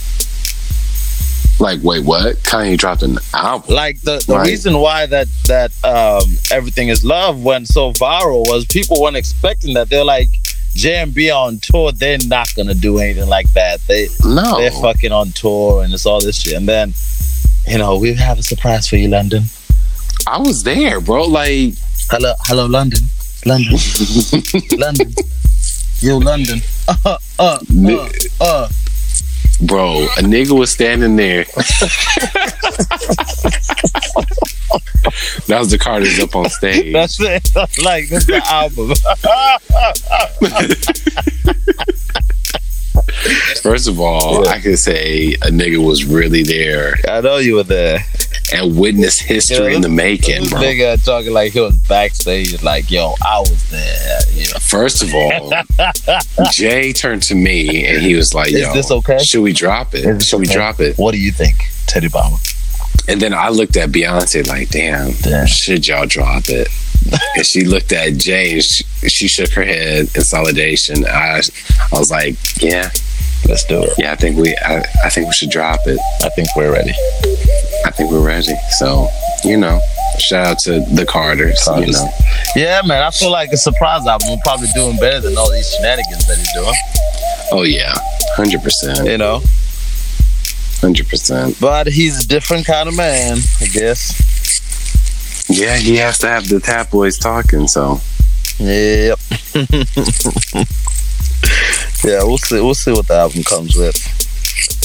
B: Like, wait, what? Kanye dropped an album.
A: Like the, the
B: Right.
A: reason why that that um, everything is love went so viral was people weren't expecting that. They're like JMB on tour. They're not gonna do anything like that. They
B: No.
A: they're fucking on tour and it's all this shit. And then you know we have a surprise for you, London.
B: I was there, bro. Like,
A: Hello, hello, London, London, London. Yo, London. Uh, uh, uh, uh.
B: bro, a nigga was standing there. that was the Carters up on stage.
A: That's it. like this is the album.
B: First of all, I could say a nigga was really there
A: I know you were there.
B: and witnessed history in the making,
A: This
B: bro.
A: nigga talking like he was backstage, like, yo, I was there. You know.
B: First of all, Jay turned to me and he was like,
A: Is
B: "Yo,
A: this okay?
B: Should we drop it?
A: this
B: Should we
A: okay?"
B: drop it?"
A: What do you think, Teddy Bomber?
B: And then I looked at Beyonce like, "Damn,
A: Damn.
B: should y'all drop it?" and she looked at Jay and she, she shook her head in solidation. I, I was like, "Yeah,
A: Let's do it.
B: yeah, I think we, I, I think we should drop it.
A: I think we're ready.
B: I think we're ready." So, you know, shout out to the Carters. You
A: Carters.
B: know,
A: Yeah, man. I feel like a surprise album. We're probably doing better than all these shenanigans that he's doing.
B: oh yeah, hundred percent,
A: You know,
B: hundred percent.
A: but he's a different kind of man, I guess.
B: Yeah, he has to have the tabloids talking. So.
A: Yep. yeah, we'll see. We'll see what the album comes with.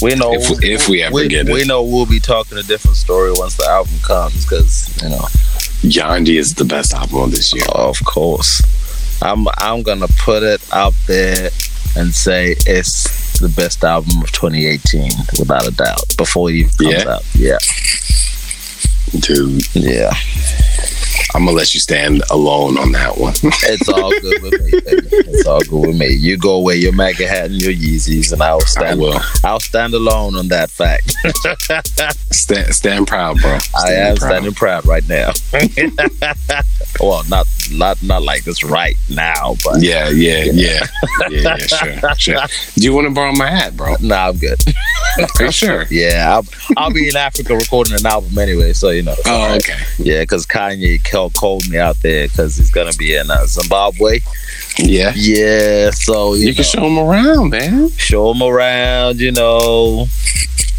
A: We know
B: If we- if we ever
A: we,
B: get it.
A: we know we'll be talking a different story once the album comes because you know
B: Yandi is the best album of this year.
A: Of course. I'm I'm gonna put it out there and say it's the best album of 2018 without a doubt. Before it even comes
B: Yeah?
A: out, yeah,
B: Dude,
A: yeah,
B: I'm gonna let you stand alone on that one.
A: it's all good with me. Baby. It's all good with me. You go away, your MAGA hat and your Yeezys, and I'll
B: I
A: stand.
B: will
A: I'll stand alone on that fact.
B: stand, stand proud, bro.
A: I
B: Stand
A: am
B: proud.
A: standing proud right now. well, not not not like this right now, but
B: Yeah, yeah, yeah, yeah, yeah. Sure, sure. Do you want to borrow my hat, bro?
A: no, I'm good.
B: Are you sure?
A: Yeah, I'll, I'll be in Africa recording an album anyway, so you know.
B: Oh, okay.
A: Yeah, because Kanye called, called me out there because he's gonna be in uh, Zimbabwe.
B: Yeah,
A: Yeah, so you,
B: you can
A: know,
B: show him around, man.
A: show him around, you know.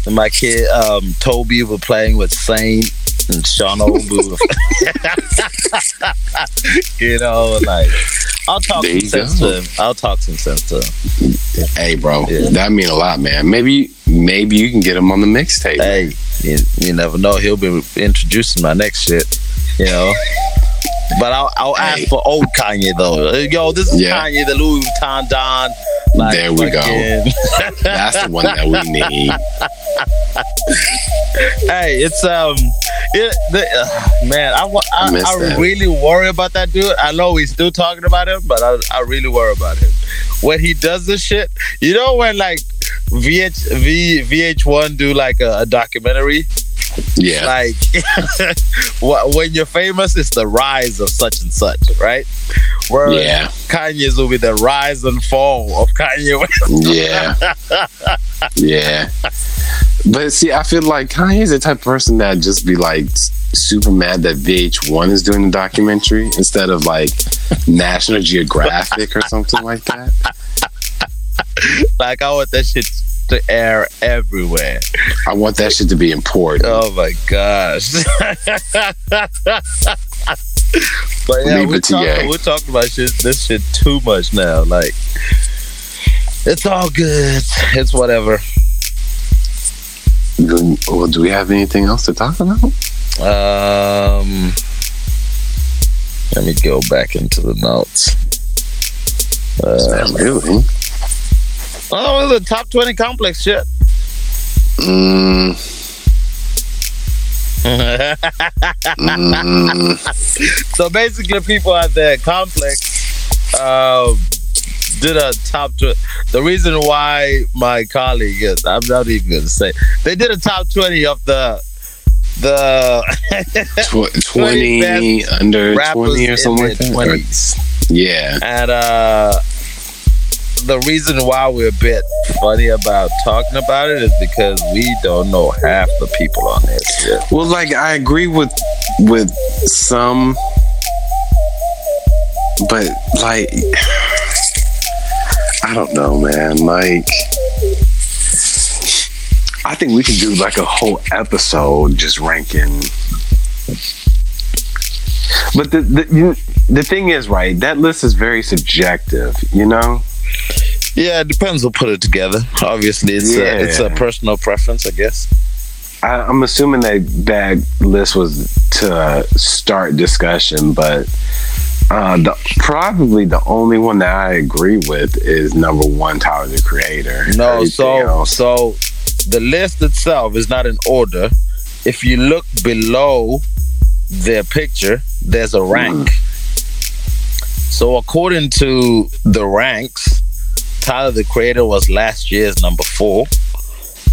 A: And my kid um, Toby were playing with Saint and Sean Obu. you know, like I'll talk some
B: There you
A: sense
B: go.
A: to him. I'll talk some sense to him.
B: Hey, bro,
A: Yeah.
B: that mean a lot, man. Maybe, maybe you can get him on the mixtape.
A: Hey, you, you never know. He'll be introducing my next shit, you know. But I'll, I'll
B: Hey.
A: ask for old Kanye though. Uh, Yo, this is
B: Yeah.
A: Kanye, the Louis Vuitton Don.
B: There we go.
A: fucking-
B: That's the one that we need.
A: Hey, it's um, it, the, uh, man, I wa- I,
B: I miss
A: I,
B: that.
A: really worry about that dude. I know we still talking about him, but I, I really worry about him when he does this shit. You know when like VH V VH1 do like a, a documentary
B: Yeah,
A: like wh- when you're famous it's the rise of such and such right where
B: yeah,
A: kanye's will be the rise and fall of kanye West.
B: yeah, yeah. But see, I feel like Kanye's the type of person that just be like s- super mad that VH1 is doing a documentary instead of like National Geographic or something like that.
A: like i want that shit to air everywhere
B: I want that shit to be important.
A: oh my gosh but yeah
B: Leave
A: we're
B: it to Ye.
A: talking, we're talking about shit, this shit too much now like it's all good it's whatever
B: Do- Well, do we have anything else to talk about?
A: Uh, Um, let me go back into the notes. Uh,
B: Not really.
A: oh, the top twenty complex shit.
B: Mm, mm,
A: so basically, people out there, complex uh, did a top. Tw- the reason why my colleague is, I'm not even gonna say they did a top twenty of the the
B: tw-
A: 20
B: 20 under
A: rappers
B: 20 or something
A: in
B: like that.
A: their
B: Or-
A: twenties.
B: Yeah.
A: and uh the reason why we're a bit funny about talking about it is because we don't know half the people on this shit.
B: Well, like I agree with with some, but like I don't know, man. Like I think we could do like a whole episode just ranking. But the the you, the thing is, right? That list is very subjective, you know.
A: Yeah, it depends who put it together. Obviously, it's
B: Yeah.
A: a, it's a personal preference, I guess.
B: I, I'm assuming that that list was to start discussion, but uh, the, probably the only one that I agree with is number one, Tyler the Creator.
A: No,
B: Everything
A: so
B: else-
A: so the list itself is not in order. If you look below their picture, there's a rank.
B: Hmm.
A: So according to the ranks, Tyler the Creator was last year's number four,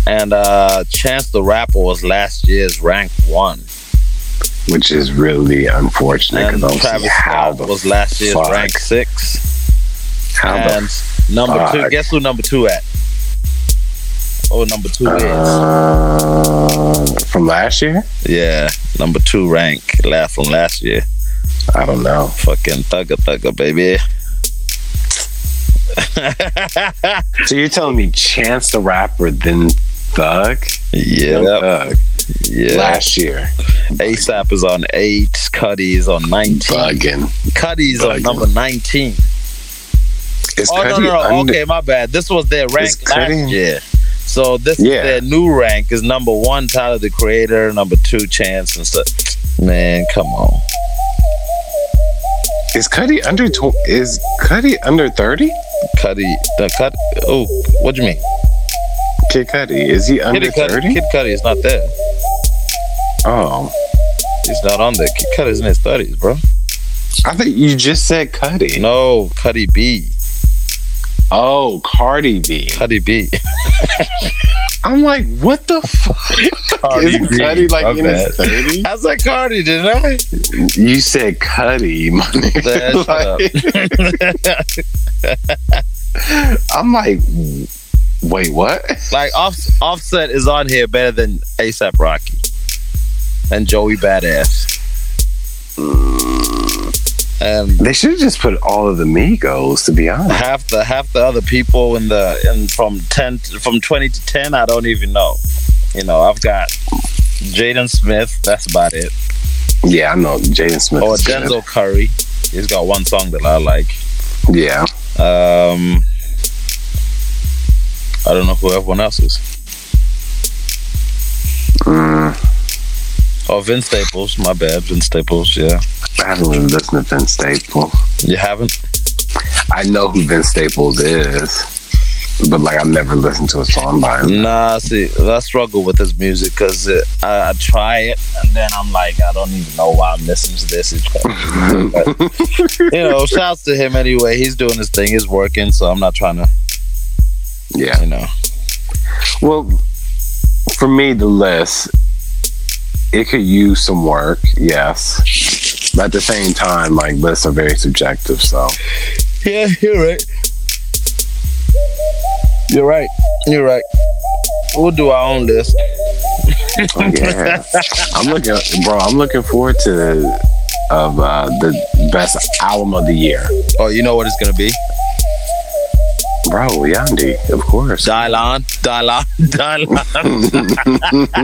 A: and uh, Chance the Rapper was last year's rank one,
B: which is really unfortunate
A: and
B: because I don't see
A: Travis
B: how
A: Scott
B: the
A: was last year's
B: fuck-
A: rank six,
B: how the
A: and number two.
B: fuck?
A: Guess who number two at? Oh, number two is.
B: Uh, from last year?
A: Yeah, number two rank last from last year.
B: I don't know.
A: Fucking thugger thugger, baby.
B: So you're telling me Chance the Rapper then Thug?
A: Yeah,
B: Thug
A: yeah.
B: last year.
A: ASAP is on eight. Cuddy is on nineteen.
B: Bugging.
A: Cuddy's on
B: Bugging.
A: number nineteen.
B: It's
A: Oh no,
B: Cudi
A: no, no.
B: under-
A: Okay, my bad. This was their rank
B: Is Cudi-
A: last year. So this
B: Yeah.
A: is their new rank is number one Tyler the Creator, number two Chance and stuff. Man, come on.
B: Is Cuddy under tw- is Cuddy under thirty?
A: Cuddy the Cud oh, what do you mean?
B: Kid Cuddy is he under
A: Kid Cuddy,
B: thirty?
A: Kid Cuddy is not there.
B: Oh,
A: He's not on there. Kid Cuddy's in his thirties, bro.
B: I think you just said Cuddy.
A: No, Cuddy B.
B: Oh, Cardi B.
A: Cuddy B.
B: I'm like, what the fuck?
A: Cardi
B: Isn't
A: B,
B: Cuddy
A: my
B: like in
A: bad.
B: his thirty?
A: I said Cardi, didn't I?
B: You said Cuddy, my
A: Yeah,
B: nigga.
A: shut up.
B: Like, I'm like, wait, what?
A: Like off, Offset is on here better than ASAP Rocky and Joey Badass. And
B: They should have just put all of the Migos, to be honest.
A: half the half the other people in the in from ten to, from twenty to ten, I don't even know. You know, I've got Jaden Smith. That's about it.
B: Yeah, I know Jaden Smith.
A: Or
B: is good.
A: Oh, Denzel Curry. He's got one song that I like.
B: Yeah,
A: Um, I don't know who everyone else is.
B: Mm,
A: Oh, Vince Staples. My bad, Vince Staples. Yeah,
B: I haven't really listened to Vince Staples.
A: you haven't.
B: I know who Vince Staples is, but like I've never listened to a song by him.
A: Nah, see, I struggle with this music because I, I try it and then I'm like, I don't even know why I'm listening to this. It's crazy. But, you know, shouts to him anyway. He's doing his thing. He's working, so I'm not trying to,
B: Yeah.
A: you know. Mm-hmm.
B: Well, for me, the list it could use some work, yes, but at the same time, like lists are very subjective. So
A: Yeah, you're right. You're right. You're right. We'll do our own list.
B: yeah, I'm looking, bro. I'm looking forward to of uh, the best album of the year,
A: Oh, you know what it's gonna be?
B: bro. Yandy, of course.
A: Dylan, Dylan, Dylan.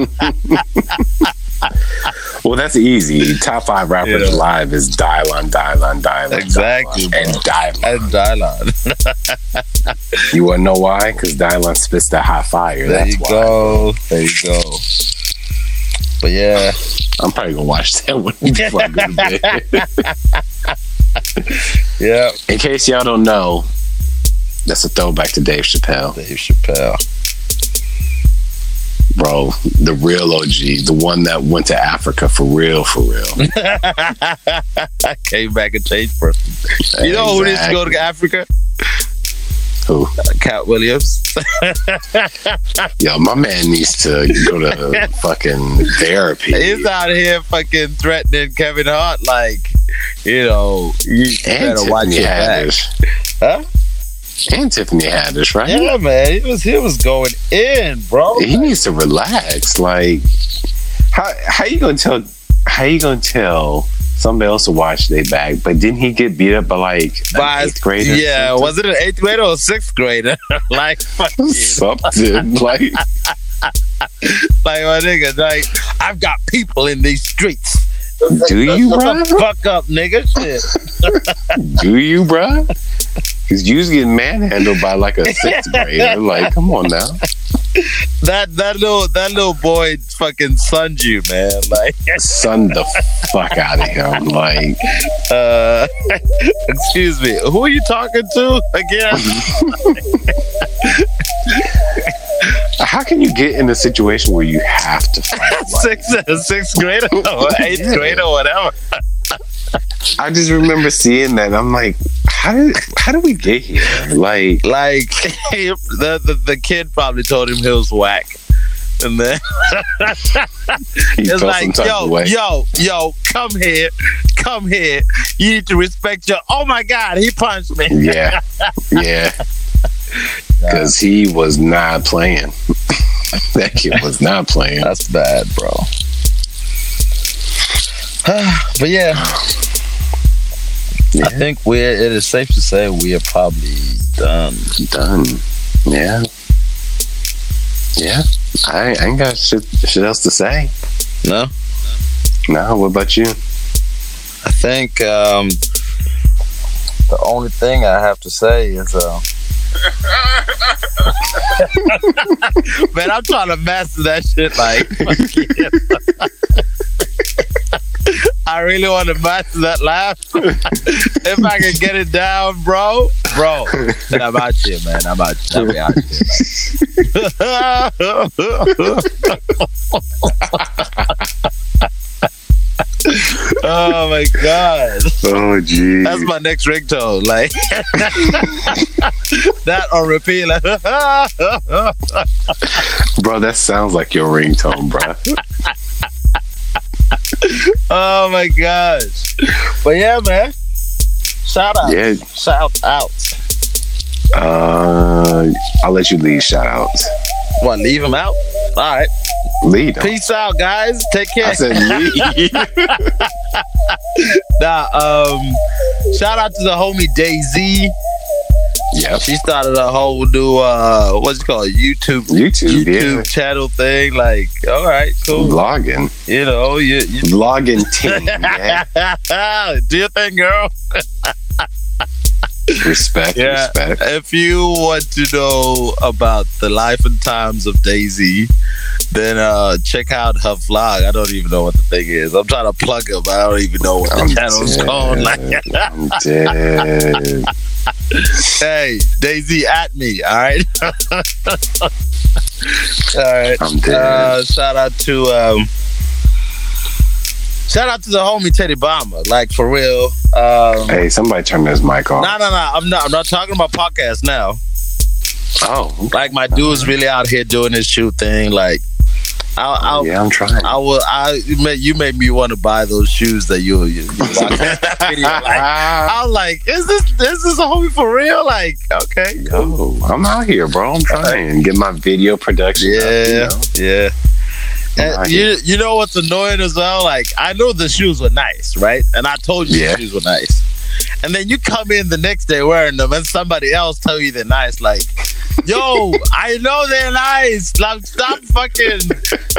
B: Well, that's easy. Top five rappers
A: Yeah.
B: alive is Dylon, Dylon, Dylon,
A: Exactly,
B: Dylon,
A: bro.
B: and Dylon.
A: And Dylan.
B: You wanna know why? Because Dylon spits that hot fire.
A: There
B: That's
A: you
B: why.
A: go. There you go. But yeah,
B: I'm probably gonna watch that one before I go to bed.
A: yeah.
B: In case y'all don't know, that's a throwback to Dave Chappelle,
A: Dave Chappelle.
B: bro. The real OG, the one that went to Africa for real, for real.
A: I came back and changed person. You know who needs to go to Africa?
B: Who?
A: Cat Williams.
B: Yo, my man needs to go to fucking therapy.
A: He's out here fucking threatening Kevin Hart. Like, you know, you
B: and
A: better watch
B: Tiffany
A: your back.
B: Haddish.
A: Huh?
B: and Tiffany Haddish, right?
A: Yeah, man, he was he was going in, bro.
B: He needs to relax. Like, how how you gonna tell how you gonna tell somebody else to watch their back? But didn't he get beat up by like an
A: By-
B: eighth grader? or
A: yeah, was it an eighth grader or a sixth grader? like, fuck you.
B: something like
A: like my nigga, like I've got people in these streets.
B: do you,
A: Shut
B: bro?
A: the fuck up, nigga. Shit.
B: Do you, bruh? Because you was getting manhandled by like a sixth grader. Like, come on now.
A: That that little that little boy fucking sunned you, man. Like,
B: Son the fuck out of him. Like,
A: uh, excuse me, who are you talking to again?
B: how can you get in a situation where you have to fight?
A: Sixth sixth grader or eighth
B: Yeah.
A: grader or whatever.
B: I just remember seeing that. and I'm like, how did how did we get here? Like,
A: Like the, the the kid probably told him he was whack, and then
B: he
A: it's
B: felt some
A: like,
B: type
A: yo,
B: of way.
A: yo, yo, come here, come here. You need to respect your. Oh my God, he punched me.
B: Yeah, yeah. Because he was not playing. that kid was not playing.
A: That's bad, bro. but yeah. I think we're it is safe to say we are probably done.
B: done. Yeah. Yeah. I, I ain't got shit, shit else to say.
A: No?
B: No, what about you?
A: I think um the only thing I have to say is uh Man, I'm trying to master that shit like fucking- I really want to master that laugh. if I can get it down, bro, bro, then I'm out here, man. I'm out here. I'll be out here, man. oh my god.
B: Oh, gee.
A: That's my next ringtone. Like that on repeat. Like,
B: bro, that sounds like your ringtone, bro.
A: oh my gosh! But yeah, man. Shout out.
B: yeah.
A: Shout out.
B: Uh, I'll let you lead shout outs.
A: What? Leave him out. All right.
B: Lead. them.
A: Peace out, guys. Take care.
B: I said lead.
A: Nah, um, shout out to the homie Daisy.
B: yep.
A: She started a whole new uh, what's it called? YouTube.
B: YouTube,
A: YouTube
B: yeah.
A: channel thing, like, all right, cool.
B: Vlogging.
A: You know, you, you
B: Vlogging team. Yeah.
A: do your thing, girl.
B: Respect,
A: Yeah.
B: respect.
A: If you want to know about the life and times of Daisy, then uh, check out her vlog. I don't even know what the thing is. I'm trying to plug her, but I don't even know what the
B: I'm
A: channel's
B: dead.
A: called. Like,
B: I'm dead.
A: hey, Daisy, at me. All right. all right.
B: I'm dead.
A: Uh, shout out to um, shout out to the homie Teddy Bomber. Like for real. Um,
B: hey, somebody turn this mic off.
A: no, no, no. I'm not. I'm not talking about podcasts now.
B: oh,
A: like my dude's really out here doing his shoe thing. Like, I'll, I'll,
B: Oh, yeah, I'm trying.
A: I will. I you made, you made me want to buy those shoes that you. you, you video, like, I'm like, is this is this a homie for real? Like, okay, cool.
B: Oh, I'm out here, bro. I'm trying get my video production. up, you
A: yeah,
B: know?
A: yeah.
B: I'm out
A: And
B: here.
A: you you know what's annoying as well? Like, I know the shoes were nice, right? And I told you
B: Yeah.
A: the shoes were nice. And then you come in the next day wearing them, and somebody else tell you they're nice. Like, yo, I know they're nice. Like, stop fucking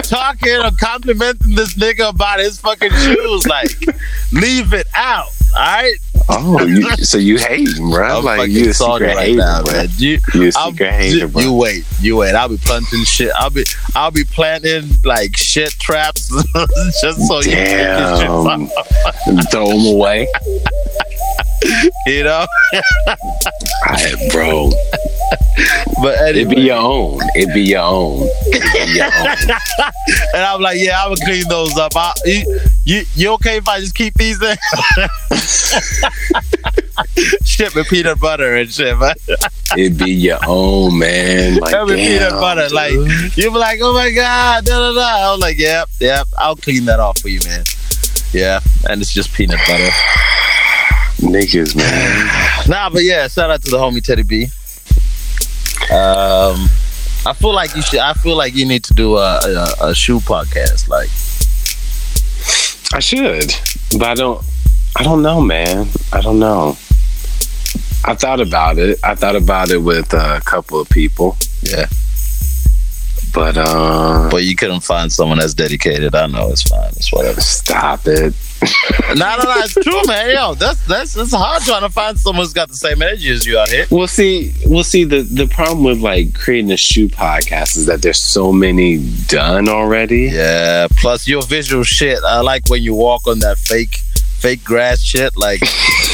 A: talking or complimenting this nigga about his fucking shoes. Like, leave it out. All right,
B: Oh, you, so you hating, bro?
A: I'm
B: like
A: fucking
B: you a
A: salty
B: secret hater, bro.
A: You,
B: You a
A: I'm-
B: secret hater, bro.
A: You wait, you wait. I'll be planting shit. I'll be, I'll be planting like shit traps, just so you can get your
B: Damn, throw them away,
A: you know.
B: I, bro.
A: But
B: It
A: anyway,
B: be your own. It be your own. It be your own.
A: and I'm like, yeah, I'm gonna clean those up. I, you, you, you okay if I just keep these there? shit with peanut butter and shit, man.
B: It be your own, man. Like
A: Every
B: damn,
A: peanut butter,
B: dude.
A: like you be like, oh my god, da da da. I was like, yep, yep, I'll clean that off for you, man. Yeah, and it's just peanut butter.
B: niggas, man.
A: Nah, but yeah, shout out to the homie Teddy B. Um, I feel like you should. I feel like you need to do a, a, a shoe podcast. Like,
B: I should, but I don't. I don't know, man. I don't know. I thought about it. I thought about it with uh, a couple of people,
A: yeah,
B: but uh,
A: but you couldn't find someone that's dedicated. I know it's fine. It's whatever.
B: stop it.
A: no, no, no. It's true, man. Yo, that's that's it's hard trying to find someone who's got the same energy as you out here.
B: We'll see. We'll see. the The problem with like creating a shoe podcast is that there's so many done already.
A: Yeah. Plus your visual shit. I like when you walk on that fake fake grass shit. Like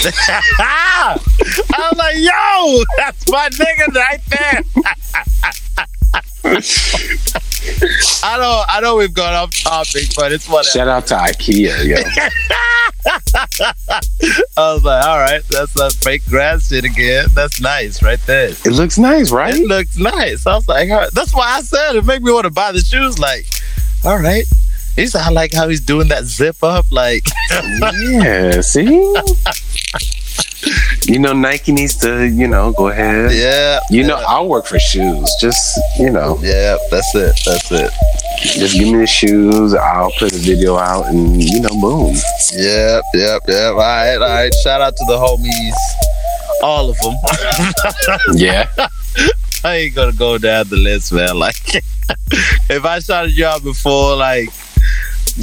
A: I was like, yo, that's my nigga right there. I don't I know we've gone off topic, but it's whatever.
B: Shout out to IKEA, yo.
A: I was like, all right, that's that fake grass shit again. That's nice right there.
B: It looks nice, right?
A: It looks nice. I was like, all right. that's why I said it made me want to buy the shoes. Like, all right. He said, I like how he's doing that zip up. Like,
B: yeah, see? You know, Nike needs to, you know, go ahead.
A: yeah.
B: You know, I'll work for shoes. Just, you know,
A: Yeah, that's it. That's it.
B: just give me the shoes. I'll put a video out and, you know, boom.
A: Yep, yep, yep. All right, all right. Shout out to the homies, all of them.
B: Yeah.
A: I ain't gonna go down the list, man. Like, if I shouted you out before, like,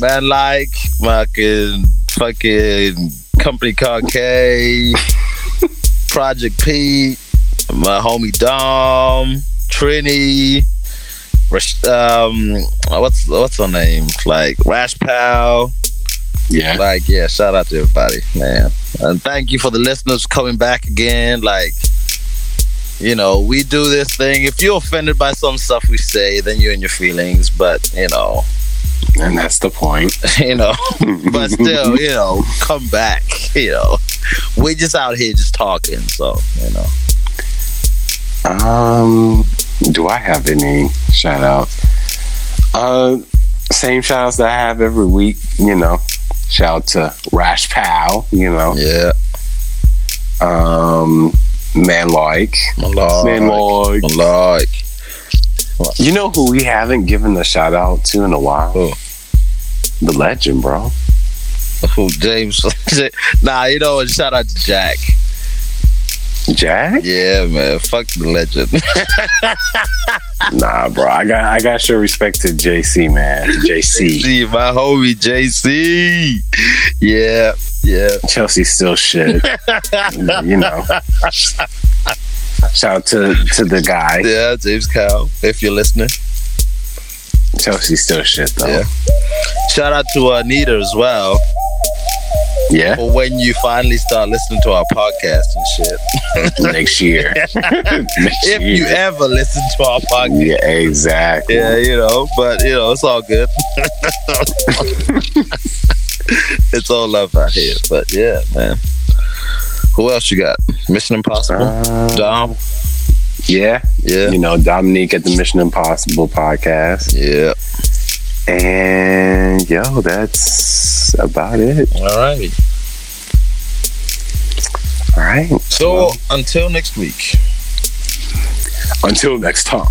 A: man, like, fucking, fucking company car K, Project P, my homie Dom, Trini, Rash- um, what's what's her name? Like Rash Pal.
B: Yeah.
A: Like, yeah, shout out to everybody, man. And thank you for the listeners coming back again. Like, you know, we do this thing. If you're offended by some stuff we say, then you're in your feelings. But, you know,
B: And that's the point.
A: you know, but still, you know, come back, you know. We're just out here just talking, so, you know.
B: Um, do I have any shout outs? Uh, same shout outs that I have every week, you know. Shout out to Rash Pal, you know.
A: Yeah.
B: Um, Man Like.
A: Malak.
B: Man Like.
A: Malak.
B: You know who we haven't given a shout out to in a while?
A: Who?
B: The legend, bro.
A: Who, James. nah, you know what? Shout out to Jack.
B: Jack?
A: Yeah, man. Fuck the legend.
B: Nah, bro. I got I got your respect to JC, man. JC.
A: JC, my homie JC. Yeah, yeah.
B: Chelsea still shit. you know. Shout out to, to the guy.
A: Yeah, James Cow, if you're listening.
B: Chelsea still shit though.
A: Yeah. Shout out to Anita as well
B: Yeah.
A: for when you finally start listening to our podcast and shit.
B: Next year. Next
A: If you
B: year.
A: ever listen to our podcast.
B: yeah, exactly.
A: Yeah, you know, but you know, it's all good. it's all love out here. But yeah, man. Who else you got? Mission Impossible?
B: Uh,
A: Dom?
B: yeah.
A: Yeah.
B: You know, Dominique at the Mission Impossible podcast.
A: Yeah.
B: And yo, that's about it.
A: All right.
B: All right.
A: So until next week.
B: Until next time.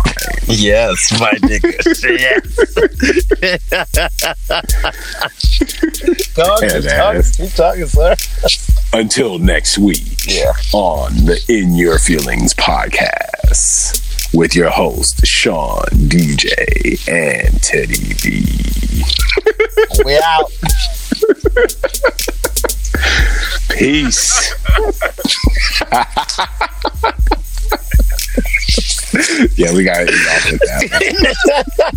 A: Yes, my nigga. yes. Go on,
B: Yeah,
A: keep
B: man.
A: talking, keep talking, sir.
B: Until next week
A: Yeah.
B: on the In Your Feelings podcast with your host, Sean DJ and Teddy B.
A: We out.
B: Peace. yeah, we got to end off with that.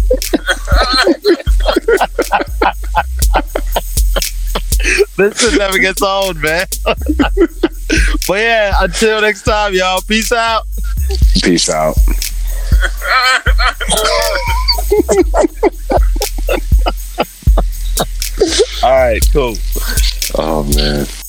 A: This shit never gets old, man. but yeah, until next time, y'all. Peace out.
B: Peace out.
A: All right, cool.
B: Oh, man.